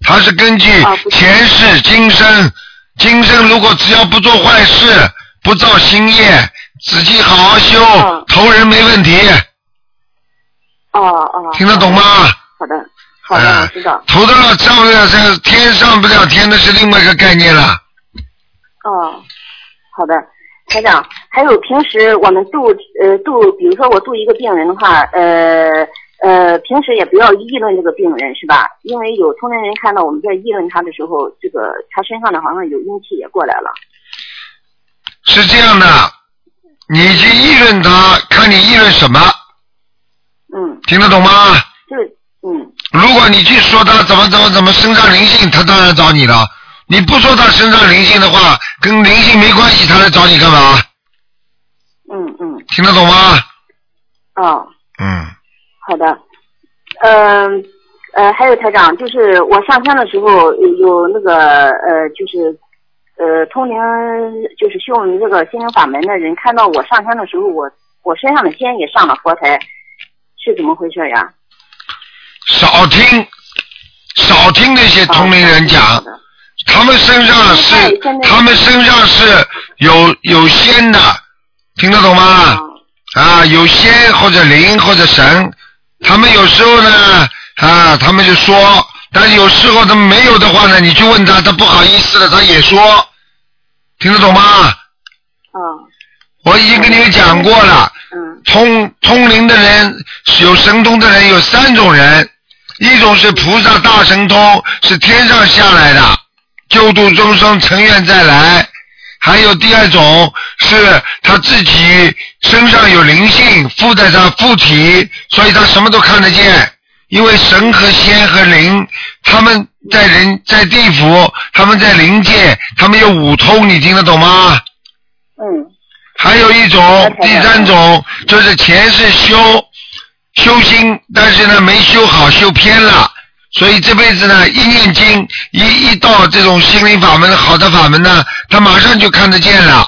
S2: 他是根据
S8: 啊
S2: 前世今生，今生如果只要不做坏事，不造新业，自己好好
S8: 啊
S2: 修，投人没问题，
S8: 哦哦。
S2: 听得懂吗？
S8: 好的，好的，我知道。
S2: 啊投得了上不了上天上不了天，那是另外一个概念了。
S8: 哦，好的，台长，还有平时我们度呃度，比如说我度一个病人的话，呃呃，平时也不要议论这个病人是吧？因为有同龄人看到我们在议论他的时候，这个他身上的好像有阴气也过来了。
S2: 是这样的，你去议论他，看你议论什么。
S8: 嗯。
S2: 听得懂吗？
S8: 就是嗯。
S2: 如果你去说他怎么怎么怎么身上灵性，他当然找你了。你不说他身上灵性的话，跟灵性没关系，他来找你干嘛？
S8: 嗯嗯。
S2: 听得懂吗？
S8: 哦，
S2: 嗯，
S8: 好的，嗯呃还有台长，就是我上山的时候呃有那个呃，就是呃通灵，就是修我们这个心灵法门的人，看到我上山的时候，我我身上的仙也上了佛台，是怎么回事呀？
S2: 少听，少听那些同龄人讲，他们身上是他们身上是有有仙的，听得懂吗？啊，有仙或者灵或者神，他们有时候呢啊，他们就说，但是有时候他们没有的话呢，你去问他，他不好意思了，他也说，听得懂吗？我已经跟你们讲过了，通通灵的人有神通的人有三种人，一种是菩萨大神通，是天上下来的，救度众生，成愿再来；还有第二种是他自己身上有灵性附在他附体，所以他什么都看得见。因为神和仙和灵，他们在人在地府，他们在灵界，他们有五通，你听得懂吗？还有一种，第三种就是前世修修心，但是呢没修好，修偏了，所以这辈子呢一念经，一一到这种心灵法门好的法门呢，他马上就看得见了。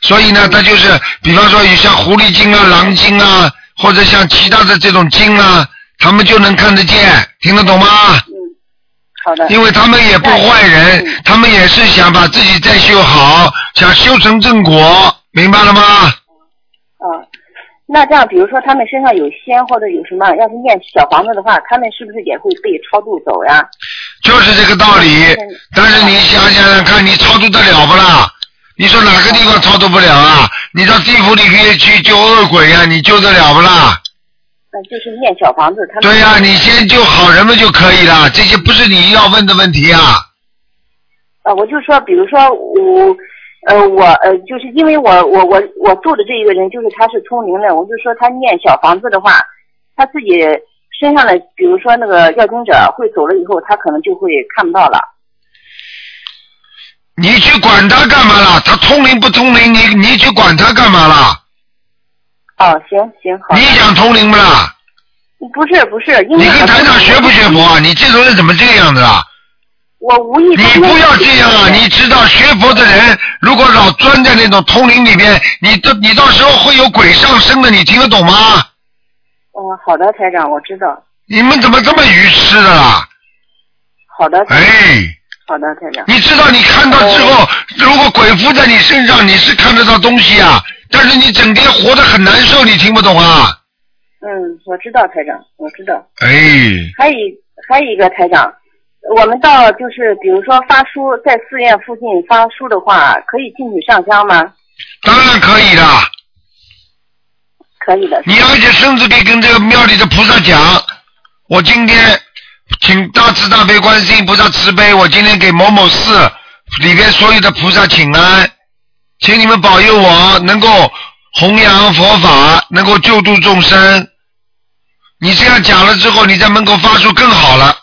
S2: 所以呢，他就是比方说有像狐狸精啊、狼精啊，或者像其他的这种精啊，他们就能看得见，听得懂吗？
S8: 好
S5: 嗯
S8: 的。
S2: 因为他们也不坏人，他们也是想把自己再修好，想修成正果，明白了吗？
S8: 啊，那这样比如说他们身上有仙或者有什么，要是念小房子的话，他们是不是也会被超度走呀？
S2: 就是这个道理。但是你想想看，你超度得了不啦？你说哪个地方超度不了啊？你到地府里去去救恶鬼呀、你救得了不啦？
S8: 那就是念小房子，他们
S2: 对呀、你先救好人们就可以了，这些不是你要问的问题啊。
S8: 啊，我就说，比如说我，呃，我呃，就是因为我我我我住的这一个人，就是他是通灵的，我就说他念小房子的话，他自己身上的，比如说那个要经者会走了以后，他可能就会看不到了。
S2: 你去管他干嘛啦？他通灵不通灵，你你去管他干嘛啦？
S8: 哦，行行，好。
S2: 你想通灵不啦？
S8: 不是不是，因
S2: 你
S8: 为
S2: 跟
S8: 我
S2: 台长学不学佛啊？你这种人怎么这样的啊？
S8: 我无意中
S2: 你不要这样啊！你知道学佛的人，如果老钻在那种通灵里边，你到你到时候会有鬼上身的，你听得懂吗？
S8: 嗯，好的，台长，我知道。
S2: 你们怎么这么愚痴的啦？
S8: 好的。
S2: 哎，
S8: 好的，台长。
S2: 你知道你看到之
S8: 哦
S2: 后，如果鬼附在你身上，你是看得到东西啊，但是你整天活得很难受，你听不懂啊？
S8: 嗯，我知道，台长，我知道。
S2: 哎，
S8: 还有一还有一个台长，我们到就是比如说发书，在寺院附近发书的话，可以进去上香吗？
S2: 当然可以啦。
S8: 可以的。
S2: 你而且甚至可以跟这个庙里的菩萨讲，我今天请大慈大悲观世音菩萨慈悲，我今天给某某寺里边所有的菩萨请安，请你们保佑我能够弘扬佛法，能够救度众生。你这样讲了之后，你在门口发出更好了，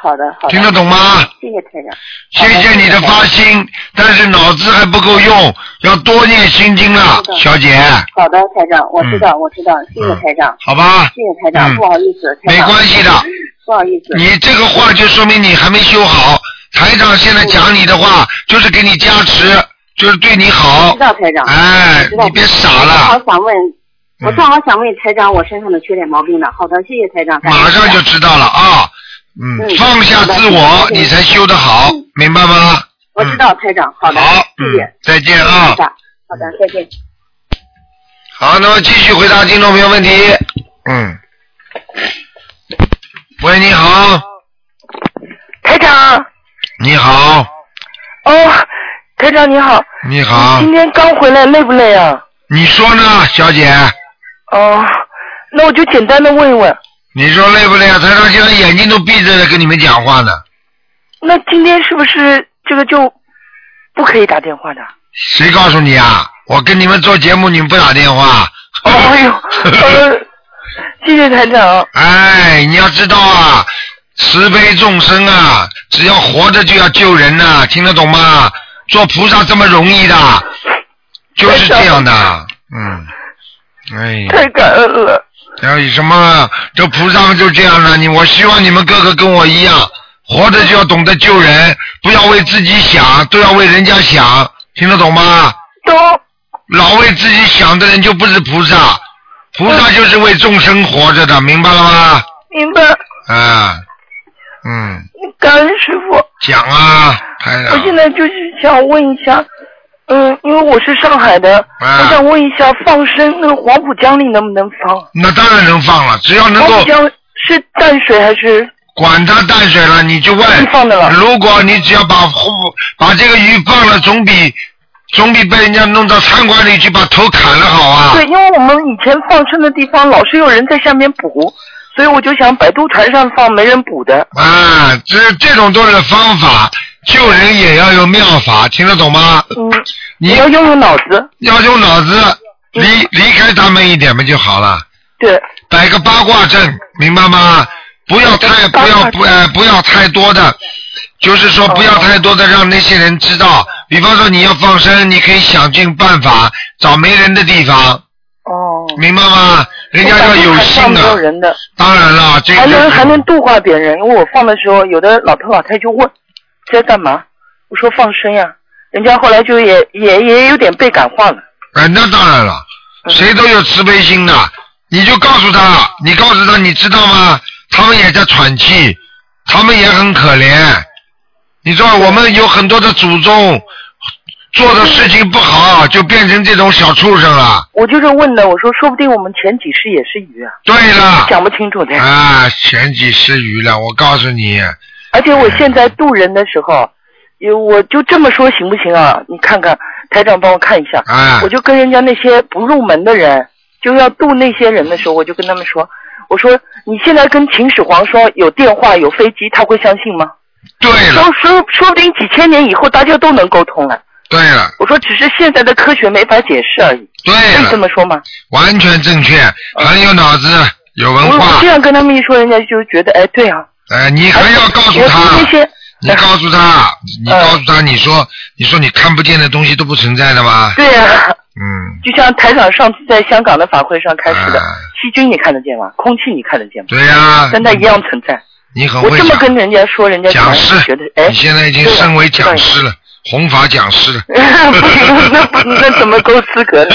S8: 好的，好的。
S2: 听得懂吗？
S8: 谢谢台长。
S2: 谢谢你的发心，但是脑子还不够用，要多念心经了
S8: 是，的
S2: 小姐，
S8: 好的，台长，我知道，我知道，谢谢
S2: 嗯
S8: 台长，
S2: 好吧？
S8: 谢谢台
S2: 嗯
S8: 长，不好意思，台
S2: 没
S8: 长
S2: 关系的，
S8: 不好意思，
S2: 你这个话就说明你还没修好。台长现在讲你的话，就是给你加持，就是对你好
S8: 知。道台长，
S2: 哎
S8: 我知，道
S2: 你别傻
S8: 我正好
S2: 了，
S8: 想问，我
S2: 嗯
S8: 正好想问台长我身上的缺点毛病呢。好的，谢谢台长，感谢
S2: 马上就知道了啊。嗯，
S8: 嗯
S2: 放下自我
S8: 好，的嗯
S2: 你才修得好，明白吗？
S8: 我知道台长，好的，
S2: 嗯好，
S8: 谢谢
S2: 嗯，再见
S8: 谢谢
S2: 啊
S8: 台。长，好的，再见。
S2: 好，那么继续回答听众朋友问题。嗯。喂，你好，
S9: 台长，
S2: 你好，
S9: 哦，台长你好，
S2: 你好
S9: 今，天刚回来累不累啊？
S2: 你说呢，小姐？
S9: 哦，那我就简单的问一问，
S2: 你说累不累啊？台长现在眼睛都闭着了，跟你们讲话呢。
S9: 那今天是不是这个就不可以打电话的？
S2: 谁告诉你啊？我跟你们做节目，你们不打电话。
S9: 哦哎 呦，呃，谢谢台长。
S2: 哎，你要知道啊，慈悲众生啊，只要活着就要救人呐、听得懂吗？做菩萨这么容易的，就是这样的。嗯，哎，
S9: 太感恩了。
S2: 还有哎什么？这菩萨们就这样的。你，我希望你们个个跟我一样，活着就要懂得救人，不要为自己想，都要为人家想，听得懂吗？
S9: 都
S2: 老为自己想的人就不是菩萨，菩萨就是为众生活着的，明白了吗？
S9: 明白，
S2: 啊，嗯，
S9: 感恩师傅。
S2: 讲啊，台
S9: 我
S2: 长，
S9: 现在就是想问一下，嗯，因为我是上海的，
S2: 啊
S9: 我想问一下放生那个黄浦江里能不能放？
S2: 那当然能放了，只要能
S9: 黄
S2: 够
S9: 浦江是淡水还是
S2: 管它淡水了，你就问
S9: 地。放的了？
S2: 如果你只要把把这个鱼放了，总比总比被人家弄到餐馆里去把头砍了好啊。
S9: 对，因为我们以前放生的地方老是有人在下面捕，所以我就想摆渡船上放没人捕的。
S2: 啊，这这种都是方法，救人也要有妙法，听得懂吗？
S9: 嗯，
S2: 你
S9: 要用用脑子。嗯
S2: 要用脑子，离离开他们一点嘛就好了。
S9: 对，
S2: 摆个八卦阵，明白吗？不要太不
S9: 八
S2: 要
S9: 卦阵哦
S2: 不呃不要太多的，就是说不要太多的让那些人知道。比方说你要放生，你可以想尽办法找没人的地方，
S9: 哦，
S2: 明白吗？人家要有
S9: 我摆渡船上
S2: 心
S9: 没有
S2: 的。
S9: 人的，
S2: 当然了，这个
S9: 还能
S2: 就是
S9: 还能度化别人。因为我放的时候，有的老头老太就问在干嘛，我说放生呀、人家后来就也也也有点被感化了。
S2: 哎，那当然了，
S9: 嗯
S2: 谁都有慈悲心的，你就告诉他，你告诉他，你知道吗？他们也在喘气，他们也很可怜。你知道，我们有很多的祖宗做的事情不好，就变成这种小畜生了。
S9: 我就是问的，我说说不定我们前几世也是鱼啊，
S2: 对了，
S9: 讲不清楚的。
S2: 啊，前几是鱼了，我告诉你，
S9: 而且我现在渡人的时候，有我就这么说行不行啊？你看看，台长帮我看一下。
S2: 啊
S9: 我，就跟人家那些不入门的人，就要渡那些人的时候，我就跟他们说，我说你现在跟秦始皇说有电话有飞机，他会相信吗？
S2: 对
S9: 说
S2: 了，
S9: 说说不定几千年以后大家都能沟通了。
S2: 对了，
S9: 我说只是现在的科学没法解释而已，
S2: 对
S9: 可以这
S2: 了，
S9: 么说吗？
S2: 完全正确，很有脑子，有
S9: 我
S2: 文
S9: 我
S2: 化
S9: 这。样跟他们一说，人家就觉得哎对啊，
S2: 哎，你还要告诉
S9: 我
S2: 他。
S9: 听那些
S2: 你告诉他，你告诉他，你说，你说你看不见的东西都不存在的吗？
S9: 对啊。
S2: 嗯，
S9: 就像台长上次在香港的法会上开始的
S2: 啊，
S9: 细菌你看得见吗？空气你看得见吗？
S2: 对呀、
S9: 跟它一样存在。
S2: 你很
S9: 我
S2: 会
S9: 这么
S2: 讲
S9: 跟人家说，人家
S2: 讲师
S9: 就觉得哎
S2: 你，现在已经身为
S9: 啊
S2: 讲师了，弘法讲师了。
S9: 不行， 那不那怎么够资格 呢？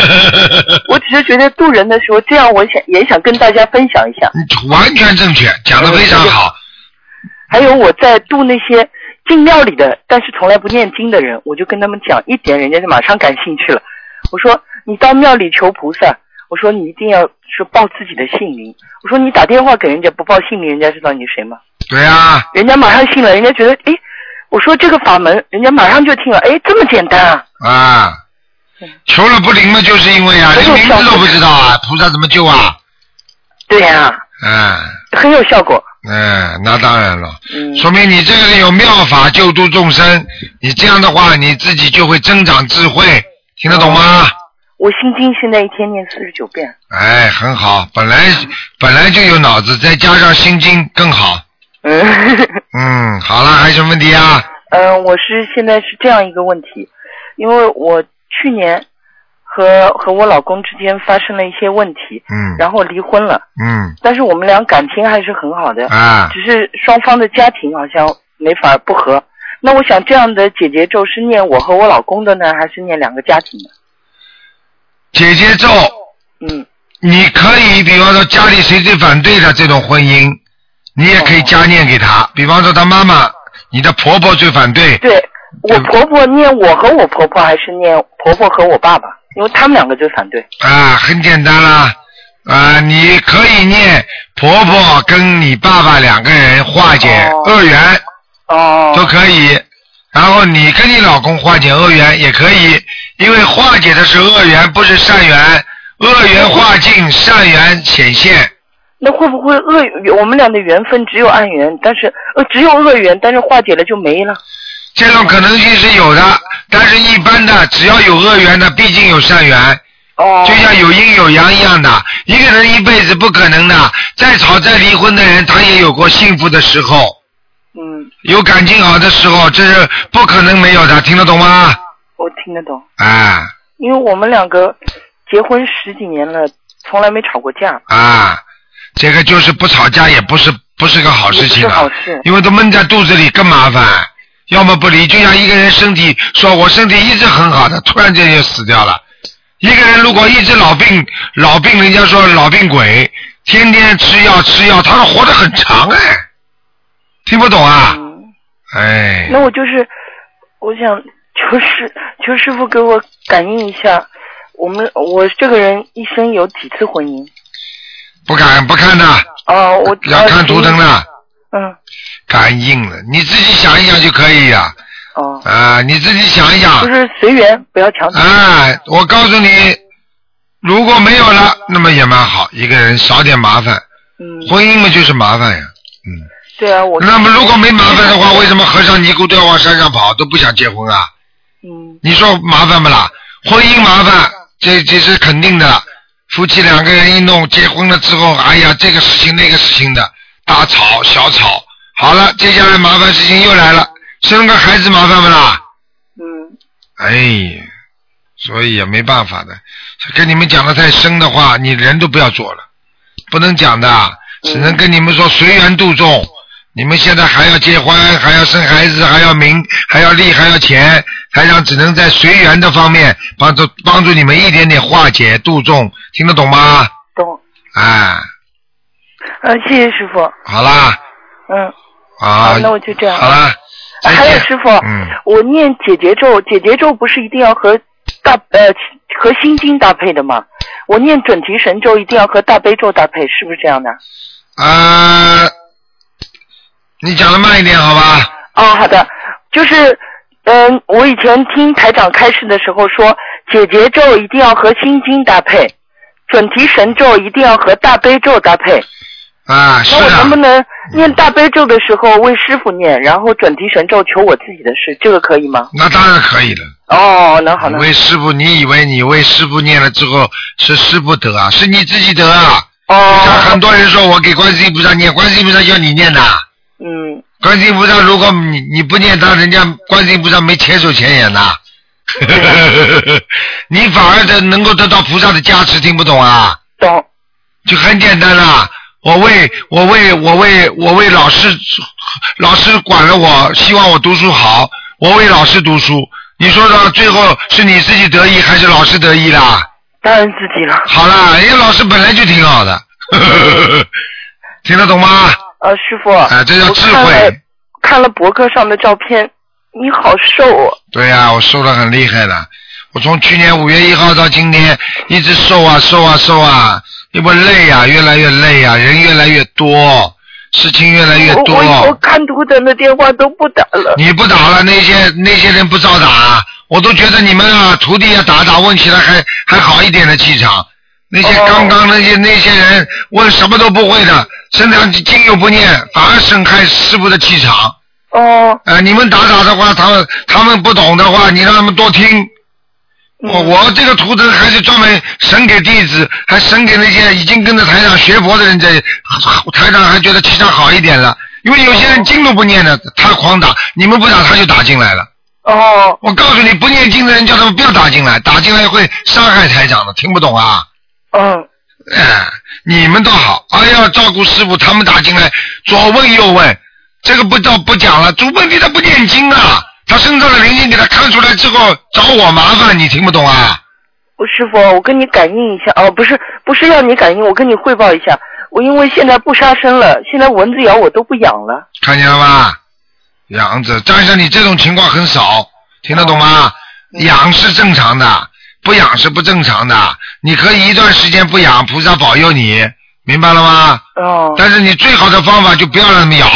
S9: 我只是觉得渡人的时候，这样我想也想跟大家分享一下。
S2: 你完全正确，讲的非常好。
S9: 还有我在渡那些进庙里的，但是从来不念经的人，我就跟他们讲一点，人家就马上感兴趣了。我说你到庙里求菩萨，我说你一定要是报自己的姓名。我说你打电话给人家不报姓名，人家知道你是谁吗？
S2: 对啊呀、
S9: 人家马上信了，人家觉得哎，我说这个法门，人家马上就听了，哎，这么简单啊！
S2: 啊，求了不灵嘛，就是因为啊，
S9: 没
S2: 连
S9: 有
S2: 名字都不知道啊，菩萨怎么救啊？
S9: 对呀、
S2: 嗯、
S9: 很有效果。
S2: 嗯，那当然了，
S9: 嗯
S2: 说明你这个人有妙法救度众生。你这样的话，你自己就会增长智慧，听得懂吗？
S9: 我心经现在一天念四十九遍，
S2: 哎，很好，本来本来就有脑子，再加上心经更好。
S9: 嗯
S2: 嗯，好了，还有什么问题啊？
S9: 嗯，我是现在是这样一个问题，因为我去年和和我老公之间发生了一些问题，
S2: 嗯
S9: 然后离婚了，
S2: 嗯
S9: 但是我们俩感情还是很好的，
S2: 啊，
S9: 只是双方的家庭好像没法不和。那我想这样的姐姐咒是念我和我老公的呢，还是念两个家庭的？
S2: 姐姐咒，
S9: 嗯，
S2: 你可以比方说家里谁最反对的这种婚姻，你也可以加念给他。比方说他妈妈，你的婆婆最反对，
S9: 对我
S2: 嗯
S9: 婆婆念我和我婆婆，还是念婆婆和我爸爸？因为他们两个最反对。
S2: 啊，很简单啦。啊，你可以念婆婆跟你爸爸两个人化解
S9: 哦
S2: 恶缘，
S9: 哦
S2: 都可以。然后你跟你老公化解恶缘也可以，因为化解的是恶缘，不是善缘。恶缘化尽，善缘显现。
S9: 那会不会恶缘？我们俩的缘分只有暗缘，但是呃只有恶缘，但是化解了就没了。
S2: 这种可能性是有的，但是一般的，只要有恶缘的，必定有善缘，
S9: 哦
S2: 就像有阴有阳一样的。一个人一辈子不可能的，再吵再离婚的人，他也有过幸福的时候，
S9: 嗯，
S2: 有感情好的时候，这是不可能没有的，听得懂吗？
S9: 我听得懂，
S2: 啊
S9: 因为我们两个结婚十几年了，从来没吵过架，
S2: 啊，这个就是不吵架也不是不是个好
S9: 也
S2: 事
S9: 不
S2: 情
S9: 是
S2: 啊
S9: 好。事。
S2: 因为都闷在肚子里更麻烦，要么不离，就像一个人身体说，我身体一直很好的，突然间就死掉了。一个人如果一直老病老病，人家说老病鬼，天天吃药吃药，他活得很长哎，听不懂啊？
S9: 嗯。
S2: 哎
S9: 那，我就是，我想求师求师傅给我感应一下，我们我这个人一生有几次婚姻？
S2: 不敢不看的，
S9: 啊，我
S2: 要看哦图腾。的，
S9: 嗯，
S2: 感应了，你自己想一想就可以呀、
S9: 哦，
S2: 啊，你自己想一想
S9: 就，是随缘，不要强求。
S2: 哎，我告诉你，如果没有了，那么也蛮好，一个人少点麻烦。
S9: 嗯，
S2: 婚姻嘛就是麻烦呀。
S9: 对啊，我
S2: 那么如果没麻烦的话，为什么和尚尼姑都要往山上跑，都不想结婚啊？
S9: 嗯
S2: 你说麻烦不啦？婚姻麻烦，这这是肯定的。夫妻两个人一弄结婚了之后，哎呀，这个事情那个事情的，大吵小吵。好了，接下来麻烦事情又来了，生个孩子麻烦不啦？
S9: 嗯
S2: 哎，所以也没办法的。跟你们讲的太深的话，你人都不要做了，不能讲的，啊
S9: 嗯
S2: 只能跟你们说随缘度众。你们现在还要结婚，还要生孩子，还要名，还要利，还要钱，台长只能在随缘的方面帮助帮助你们一点点化解度众，听得懂吗？
S9: 懂。
S2: 哎，
S9: 呃，谢谢师傅。
S2: 好啦，
S9: 嗯，
S2: 啊，
S9: 好那我就这样
S2: 好啦，再
S9: 还有
S2: 见。
S9: 师傅，
S2: 嗯，
S9: 我念姐姐咒，姐姐咒不是一定要和大呃和心经搭配的吗？我念准提神咒一定要和大悲咒搭配，是不是这样的？
S2: 呃，你讲的慢一点，好吧？
S9: 哦，好的，就是，嗯，我以前听台长开示的时候说，解结咒一定要和心经搭配，准提神咒一定要和大悲咒搭配。
S2: 啊，是
S9: 那我
S2: 的。
S9: 能不能念大悲咒的时候为师傅念，然后准提神咒求我自己的事，这个可以吗？
S2: 那当然可以了。
S9: 哦，那好
S2: 你
S9: 的，
S2: 为师傅，你以为你为师傅念了之后是师傅得啊？是你自己得啊！像
S9: 哦，
S2: 很多人说我给观世音菩萨念，观世音菩萨要你念的。
S9: 嗯，
S2: 观世音菩萨，如果你你不念他，人家观世音菩萨没钱手钱眼呐。
S9: 嗯
S2: 你反而得能够得到菩萨的加持，听不懂啊？
S9: 懂，
S2: 就很简单啦。我为我为我为我为老师，老师管了我，希望我读书好，我为老师读书。你说到最后是你自己得意还是老师得意啦？
S9: 当然自己了。
S2: 好啦，人家老师本来就挺好的， 听得懂吗？
S9: 呃，师傅，
S2: 啊，这叫
S9: 我
S2: 智
S9: 看了
S2: 慧。
S9: 看了博客上的照片，你好瘦哦，
S2: 对呀、我瘦的很厉害的，我从去年五月一号到今天一直瘦啊瘦啊瘦啊，因为累呀、越来越累呀、人越来越多，事情越来越
S9: 我
S2: 多。
S9: 我我看图腾的电话都不打了。
S2: 你不打了，那些那些人不照啊打，我都觉得你们啊徒弟要打打，问起来还还好一点的气场。那
S9: 哦
S2: 些刚刚那些那些人问什么都不会的，身上经又不念，反而损害师傅的气场。
S9: 哦。
S2: 呃，你们打打的话，他们他们不懂的话，你让他们多听。我我这个图腾还是专门省给弟子，还省给那些已经跟着台长学佛的人在，台长还觉得气场好一点了。因为有些人经都不念的，他狂打，你们不打他就打进来了。
S9: 哦，
S2: 我告诉你，不念经的人叫他们不要打进来，打进来会伤害台长的，听不懂啊？
S9: 嗯。
S2: 哎，你们倒好，哎呀，照顾师傅，他们打进来左问右问，这个不知道不讲了，主问题他不念经啊，他身上的灵性给他看出来之后找我麻烦，你听不懂啊？
S9: 我师傅，我跟你感应一下啊，不是不是要你感应，我跟你汇报一下，我因为现在不杀生了，现在蚊子咬我都不痒了。
S2: 看见了吧？养子，但是你这种情况很少，听得懂吗？养是正常的，不养是不正常的。你可以一段时间不养，菩萨保佑你，明白了吗？
S9: 哦。
S2: 但是你最好的方法就不要让他们咬。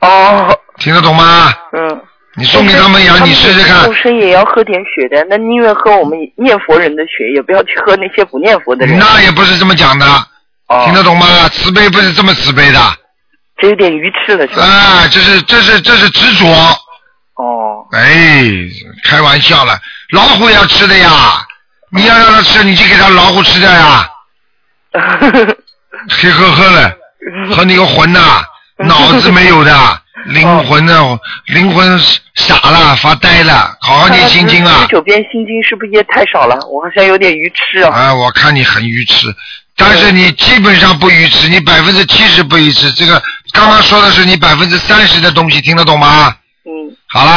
S9: 哦。
S2: 听得懂吗？
S9: 嗯。
S2: 你送给他们养，你试试看
S9: 众。生也要喝点血的，那宁愿喝我们念佛人的血，也不要去喝那些不念佛的人。哦
S2: 那也不是这么讲的，听得懂吗？慈悲不是这么慈悲的。
S9: 这有点愚痴了，是吧？
S2: 啊，这是这是这是执着。
S9: 哦。
S2: 哎，开玩笑了，老虎也要吃的呀，你要让它吃，你就给它老虎吃掉 呀。黑呵呵了，和你个魂呐、脑子没有
S9: 哦
S2: 的，灵魂呢、灵魂傻了，发呆了，好好念心经啊
S9: 十。九遍心经是不是也太少了？我好像有点愚痴啊。
S2: 啊，我看你很愚痴，但是你基本上不愚痴，你百分之七十不愚痴。这个刚刚说的是你百分之三十的东西，听得懂吗？
S9: 嗯。
S2: 好了，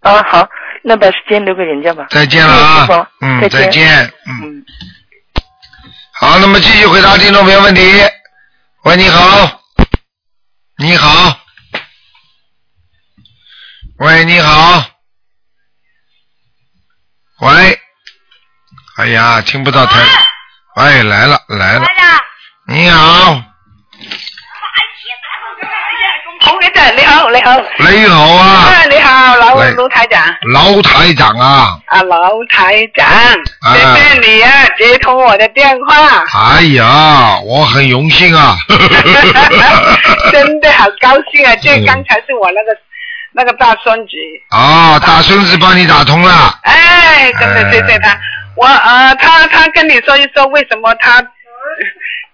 S9: 啊，好，那把时间留给人家吧。
S2: 再见了
S9: 谢谢师
S2: 啊
S9: 傅，
S2: 嗯，
S9: 再
S2: 再
S9: 见
S2: 见，嗯。好，那么继续回答听众朋友问题。喂，你好，你好，喂，你好，喂，哎呀，听不到台，喂，来了来了，你好，
S10: 洪先生你好，你好。
S2: 雷猴啊，
S10: 啊，你好，老
S2: 喂
S10: 卢台长。
S2: 老台长啊，
S10: 啊，老台长，
S2: 啊
S10: 谢谢你啊，接通我的电 话，
S2: 哎呀，我很荣幸啊，
S10: 真的好高兴啊！这
S2: 嗯
S10: 刚才是我那个那个大孙子，
S2: 啊、大孙子帮你打通了。
S10: 哎，真的谢谢他。我呃，他他跟你说一说为什么他，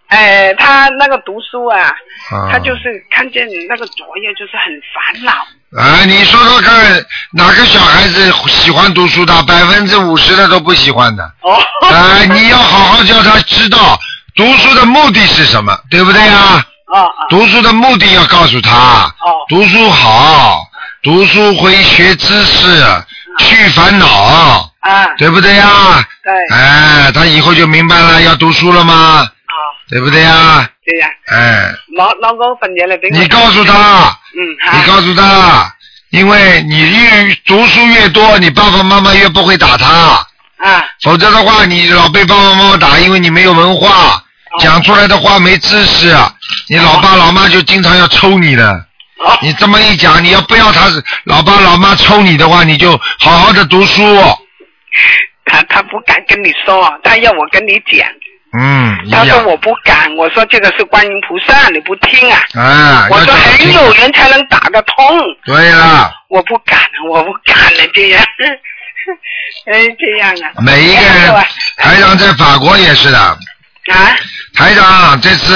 S10: 哎、他那个读书啊，
S2: 啊
S10: 他就是看见你那个作业就是很烦恼。
S2: 哎，你说说看，哪个小孩子喜欢读书的？百分之五十的都不喜欢的。
S10: 哦。
S2: 哎，你要好好教他知道读书的目的是什么，对不对啊？
S10: 哦
S2: 读书的目的要告诉他。
S10: 哦。
S2: 读书好，读书会学知识，去烦恼。
S10: 啊。
S2: 对不对呀？
S10: 对。
S2: 哎，他以后就明白了，要读书了吗？啊。对不对呀？
S10: 对呀、
S2: 哎。
S10: 攞攞嗰份嘢嚟俾我。
S2: 你告诉他，
S10: 嗯，
S2: 你告诉他，因为你越读书越多，你爸爸妈妈越不会打他。
S10: 啊。
S2: 否则的话，你老被爸爸妈妈打，因为你没有文化，讲出来的话没知识，你老爸老妈就经常要抽你的。你这么一讲，你要不要他老爸老妈抽你的话，你就好好的读书。
S10: 他他不敢跟你说，他要我跟你讲。
S2: 嗯，一
S10: 他
S2: 样
S10: 说。我不敢，我说这个是观音菩萨，你不听啊。
S2: 啊，
S10: 我
S2: 要
S10: 说
S2: 讲
S10: 很
S2: 清
S10: 有
S2: 楚
S10: 缘才能打得通。
S2: 对了，
S10: 我不敢，我不敢了，这样。 哎，这样啊。
S2: 每一个
S10: 哎
S2: 人
S10: 我，
S2: 台长在法国也是的。
S10: 啊。
S2: 台长这次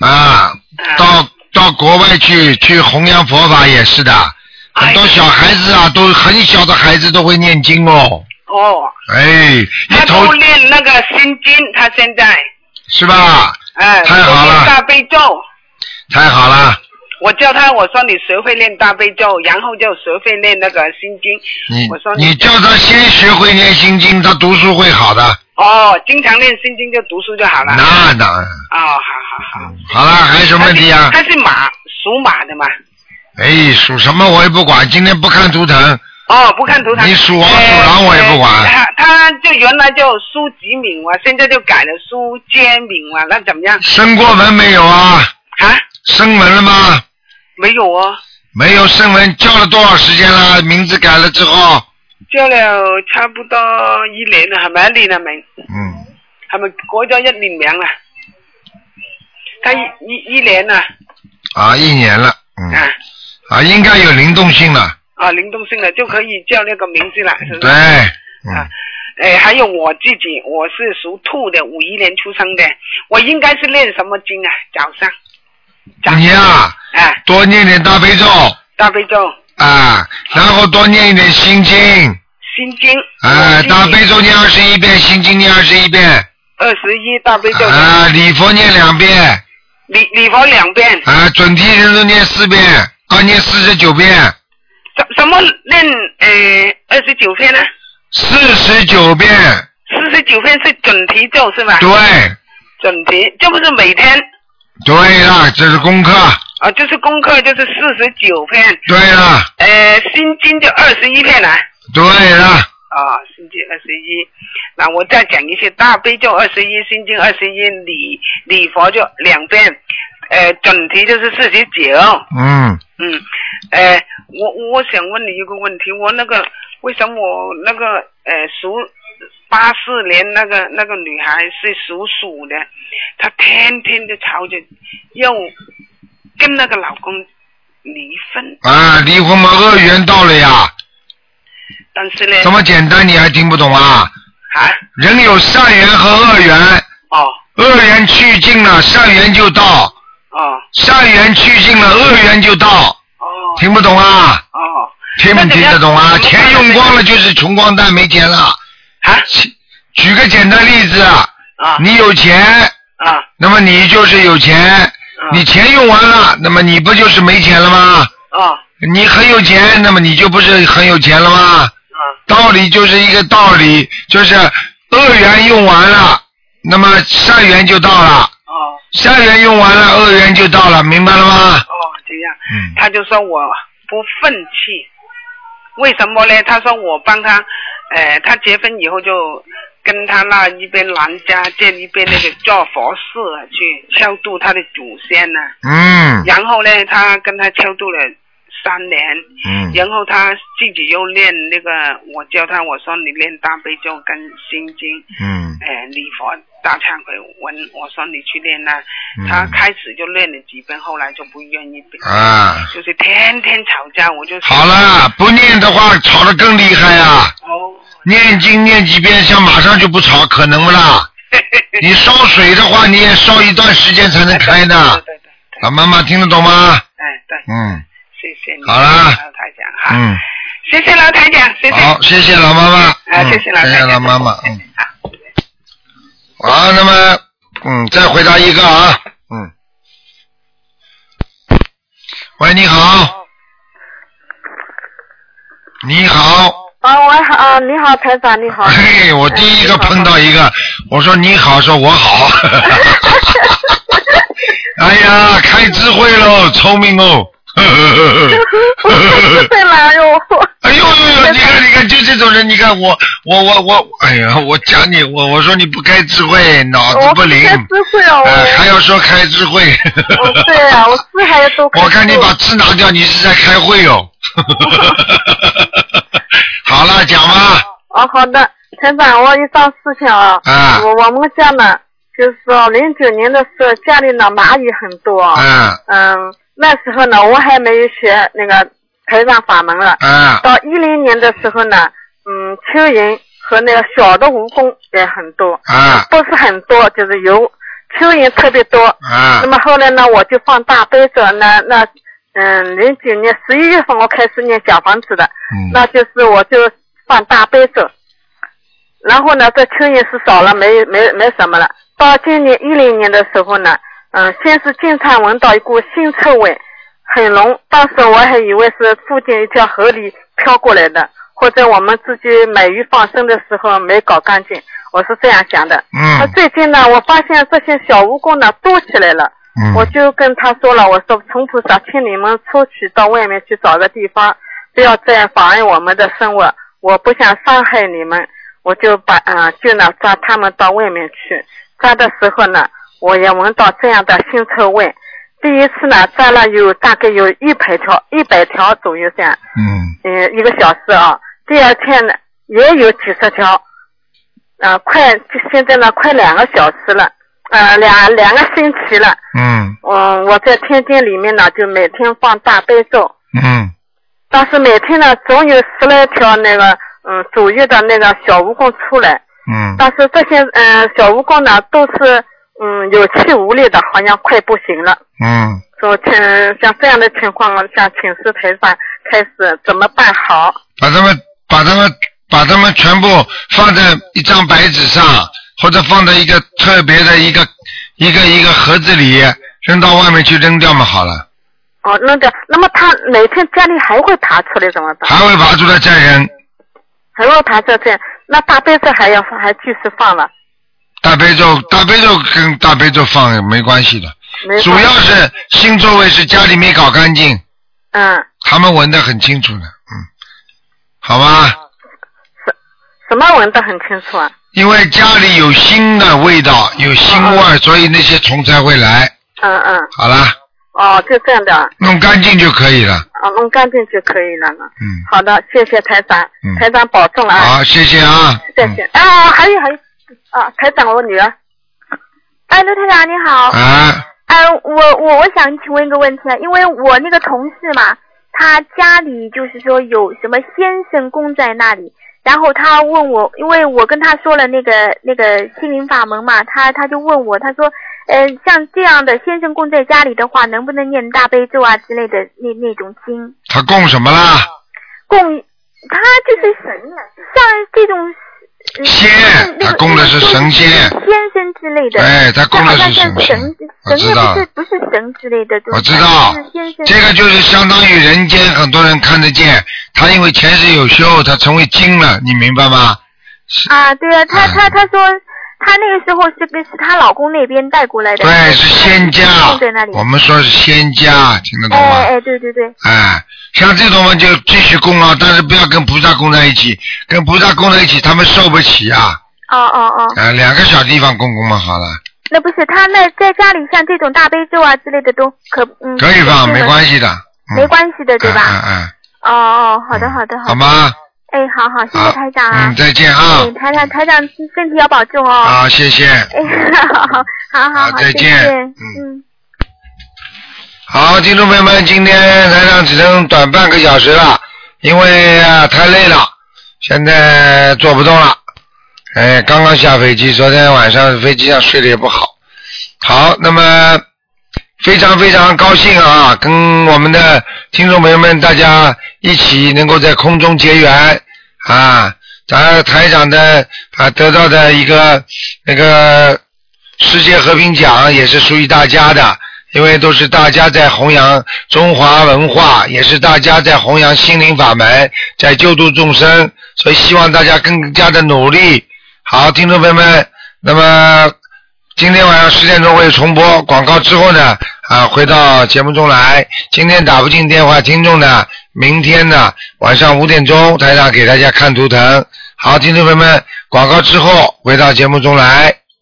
S2: 啊，到到国外去去弘扬佛法也是的，
S10: 哎
S2: 很多小孩子啊，都很小的孩子都会念经哦。
S10: 哦，
S2: 哎，一
S10: 他
S2: 头
S10: 都念那个心经，他现在，
S2: 是吧？
S10: 哎，
S2: 太好
S10: 都念
S2: 了
S10: 大悲咒，
S2: 太好了，
S10: 我叫他，我说你学会念大悲咒，然后就学会念那个心经。
S2: 你
S10: 我说
S2: 你叫他先学会念心经，他读书会好的。
S10: 哦，经常念心经就读书就好了。
S2: 那当然。
S10: 哦，好好好。
S2: 好了，还有什么问题啊
S10: 他？是他是马，属马的嘛。
S2: 哎，属什么我也不管，今天不看图腾。
S10: 哦，不看图腾。
S2: 你啊属王
S10: 呃
S2: 属狼我也不管
S10: 呃他他就原来叫苏吉敏啊，现在就改了苏坚敏啊，那怎么样？
S2: 升过文没有啊？
S10: 啊？
S2: 升文了吗？
S10: 没有哦，
S2: 没有升文，叫了多少时间了？名字改了之后。
S10: 叫了差不多一年了，系咪一年啊？明
S2: 嗯，
S10: 係咪改咗一年名啦？他一一一年啦，
S2: 啊，一年了，嗯，啊，应该有灵动性了，
S10: 啊，灵动性了就可以叫那个名字了，是不
S2: 对
S10: 是？，
S2: 嗯，
S10: 哎，还有我自己，我是属兔的，五一年出生的，我应该是练什么经啊？早上
S2: 你呀、
S10: 哎
S2: 多念点大悲咒
S10: 大悲咒、
S2: 啊，然后多念一点心经，
S10: 心经，
S2: 哎，大悲咒念二十一遍，心经念二十一遍，
S10: 二十一大悲咒，
S2: 啊，礼佛念两遍，
S10: 礼礼佛两遍，
S2: 啊，准提神咒念四遍，啊，念四十九遍，
S10: 什什么练呃二十九篇呢？
S2: 四十九遍，
S10: 四十九篇是准提咒是吧？
S2: 对，
S10: 准提这不是每天
S2: 对了，这是功课，
S10: 啊、就是功课就是四十九篇，
S2: 对了，
S10: 呃，心经就二十一篇了。
S2: 对了，
S10: 啊，心经二十一，那我再讲一些大悲咒二十一，心经二十一，礼礼佛就两遍，呃，准提就是四十九，
S2: 嗯，
S10: 嗯，呃，我我想问你一个问题，我那个为什么我那个呃属八四年那个那个女孩是属鼠的，她天天就吵着要跟那个老公离婚，
S2: 啊，离婚嘛，恶缘到了呀，
S10: 但是呢，
S2: 这么简单你还听不懂啊？
S10: 啊？
S2: 人有善缘和恶缘，
S10: 哦，
S2: 恶缘去尽了，善缘就到，
S10: 哦
S2: 善缘去尽了，恶缘就到，
S10: 哦，
S2: 听不懂啊？
S10: 哦，
S2: 听不听得懂啊？钱用光了就是穷光蛋，没钱了。
S10: 啊？
S2: 举个简单例子，
S10: 啊，
S2: 你有钱，
S10: 啊，
S2: 那么你就是有钱，你钱用完了，那么你不就是没钱了吗？
S10: 哦，
S2: 你很有钱，那么你就不是很有钱了吗？道理就是一个道理，就是恶缘用完了，那么善缘就到了。善缘用完了，恶缘就到了，明白了吗？嗯
S10: 哦，这样，他就说我不愤气，为什么呢？他说我帮他，呃，他结婚以后就跟他那一边男家建一边那个做佛事啊去超度他的祖先呢、
S2: 嗯
S10: 然后呢，他跟他超度了三年，
S2: 嗯
S10: 然后他自己又练那个，我教他我说你练大悲咒跟心经，
S2: 嗯
S10: 哎，礼佛大忏悔文，我说你去练啦、
S2: 嗯
S10: 他开始就练了几遍，后来就不愿意练
S2: 啊
S10: 就是天天吵架，我就
S2: 好了，不念的话吵得更厉害啊！
S10: 哦
S2: 念经念几遍，像马上就不吵，可能不啦？ 你烧水的话，你也烧一段时间才能开呢。老妈妈听得懂吗？
S10: 哎，对，
S2: 嗯
S10: 谢谢你，
S2: 好啦
S10: 老台长，
S2: 嗯，
S10: 谢谢老台长，谢谢，
S2: 好，谢谢老妈妈。
S10: 啊，
S2: 嗯
S10: 谢谢老
S2: 谢
S10: 台
S2: 谢
S10: 长，
S2: 老妈妈。嗯。好，那么嗯，再回答一个啊，嗯。喂，你好。你好。
S10: 哦
S11: 啊，我好，啊你好，台长，你好。
S2: 嘿，
S10: 哎
S2: 我第一个碰到一个，我说你好，说我好。 哎呀，开智慧喽，聪明哦。
S11: 对了，哟，
S2: 哎呦呦呦！你看，你看，就这种人，你看我，我，我，我，哎呀，我讲你，我我说你不开智慧，脑子不灵，
S11: 开智慧哦，
S2: 哎，还要说开智慧。
S11: 我对啊，我字还要多看。
S2: 我看你把字拿掉，你是在开会哦。 好了，讲吧。
S11: 哦，好的，台长，我有一桩事情啊。
S2: 啊
S11: 我我们家呢，就是说零九年的时候，家里呢蚂蚁很多。
S2: 嗯
S11: 嗯，那时候呢，我还没有学那个台上法门了。
S2: 嗯
S11: 到一零年的时候呢，嗯，蚯蚓和那个小的蜈蚣也很多。
S2: 啊
S11: 不是很多，就是有蚯蚓特别多。
S2: 啊
S11: 那么后来呢，我就放大悲咒，那那嗯，零九年十一月份我开始念小房子的，
S2: 嗯
S11: 那就是我就放大悲咒，然后呢，这蚯蚓是少了，没没没什么了。到今年一零年的时候呢，嗯，先是经常闻到一股腥臭味，很浓，当时我还以为是附近一条河里飘过来的，或者我们自己买鱼放生的时候没搞干净，我是这样想的。那
S2: 嗯
S11: 最近呢，我发现这些小蜈蚣呢多起来了，
S2: 嗯
S11: 我就跟他说了，我说从菩萨，请你们出去到外面去找个地方，不要这样妨碍我们的生活，我不想伤害你们，我就把啊、呃就呢抓他们到外面去。抓的时候呢，我也闻到这样的腥臭味。第一次呢，抓了有大概有一百条，一百条左右呃这样，
S2: 嗯
S11: 嗯，一个小时啊。第二天呢，也有几十条，啊、快现在呢快两个小时了，呃两两个星期了。
S2: 嗯
S11: 嗯，我在天津里面呢，就每天放大悲咒，
S2: 嗯
S11: 但是每天呢总有十来条那个嗯主业的那个小蜈蚣出来，
S2: 嗯
S11: 但是这些嗯、呃小蜈蚣呢都是嗯有气无力的，好像快不行了。
S2: 嗯
S11: 说请像这样的情况，啊像请示台上开始怎么办好？
S2: 把它们把它们把它们全部放在一张白纸上，或者放在一个特别的一个一个一个盒子里，扔到外面去扔掉嘛，好了，
S11: 哦，那个，那么他每天家里还会爬出来怎么办？
S2: 还会拔出来再扔。
S11: 还会爬出来这样，那大悲咒还要还继续放了，
S2: 大悲咒，大悲咒跟大悲咒放也没关系的，
S11: 没
S2: 主
S11: 放
S2: 要是新座位是家里没搞干净，
S11: 嗯，
S2: 他们闻得很清楚的，嗯，好吧，
S11: 什么闻得很清楚啊？
S2: 因为家里有新的味道，有腥味儿，所以那些虫才会来。
S11: 嗯嗯，
S2: 好啦，
S11: 哦，就这样的，啊，哦
S2: 弄干净就可以了。
S11: 弄干净就可以了呢。
S2: 嗯，
S11: 好的，谢谢台长，
S2: 嗯
S11: 台长保重啊。
S2: 好，谢谢啊。
S11: 再见。啊，还有还有，啊，台长，我女儿，
S12: 哎，刘台长你好。
S2: 啊。
S12: 哎，我我我想请问一个问题，啊因为我那个同事嘛，他家里就是说有什么先生供在那里，然后他问我，因为我跟他说了那个那个心灵法门嘛，他他就问我，他说，呃，像这样的先生供在家里的话，能不能念大悲咒啊之类的那那种经？
S2: 他供什么啦？
S12: 供他就是神呀，像这种。仙
S2: 他供的是神仙。
S12: 先生之类的，
S2: 哎他供的
S12: 好像
S2: 是
S12: 像
S2: 神仙
S12: 神
S2: 我
S12: 神
S2: 知道
S12: 也不是不是神之类的，就是
S2: 我知道
S12: 反正是先生
S2: 这个就是相当于人间很多人看得见，他因为前世有修，他成为精了，你明白吗？
S12: 啊，对啊，
S2: 哎
S12: 她她她说她那个时候是跟是她老公那边带过来的，
S2: 对，是仙家
S12: 供在那里，，
S2: 我们说是仙家，听得懂吗？
S12: 哎哎，对对对，
S2: 哎，像这种嘛就继续供啊，但是不要跟菩萨供在一起，跟菩萨供在一起他们受不起啊。
S12: 哦哦哦，
S2: 啊，两个小地方供供嘛好了，
S12: 那不是她那在家里像这种大悲咒啊之类的都可嗯
S2: 可以放，
S12: 是
S2: 没
S12: 吗
S2: 关系嗯的，
S12: 没关系的对吧？
S2: 嗯嗯，
S12: 哦哦，好的好的
S2: 嗯
S12: 的
S2: 好？吗？
S12: 哎，好好，谢谢台长啊！
S2: 嗯再见啊
S12: 哎台长台长身体要保重哦。
S2: 好，谢谢。
S12: 哎， 好好好好，
S2: 再见
S12: 嗯，
S2: 好，听众朋友们，今天台上只剩短半个小时了，因为啊太累了，现在做不动了。哎，刚刚下飞机，昨天晚上飞机上睡得也不好。好，那么非常非常高兴啊，跟我们的听众朋友们大家一起能够在空中结缘啊，咱台长的啊得到的一个那个世界和平奖也是属于大家的，因为都是大家在弘扬中华文化，也是大家在弘扬心灵法门，在救度众生，所以希望大家更加的努力。好，听众朋友们，那么今天晚上十点钟会重播广告之后呢，啊，回到节目中来。今天打不进电话听众呢，明天呢晚上五点钟台上给大家看图腾。好，听众朋友们，广告之后回到节目中来。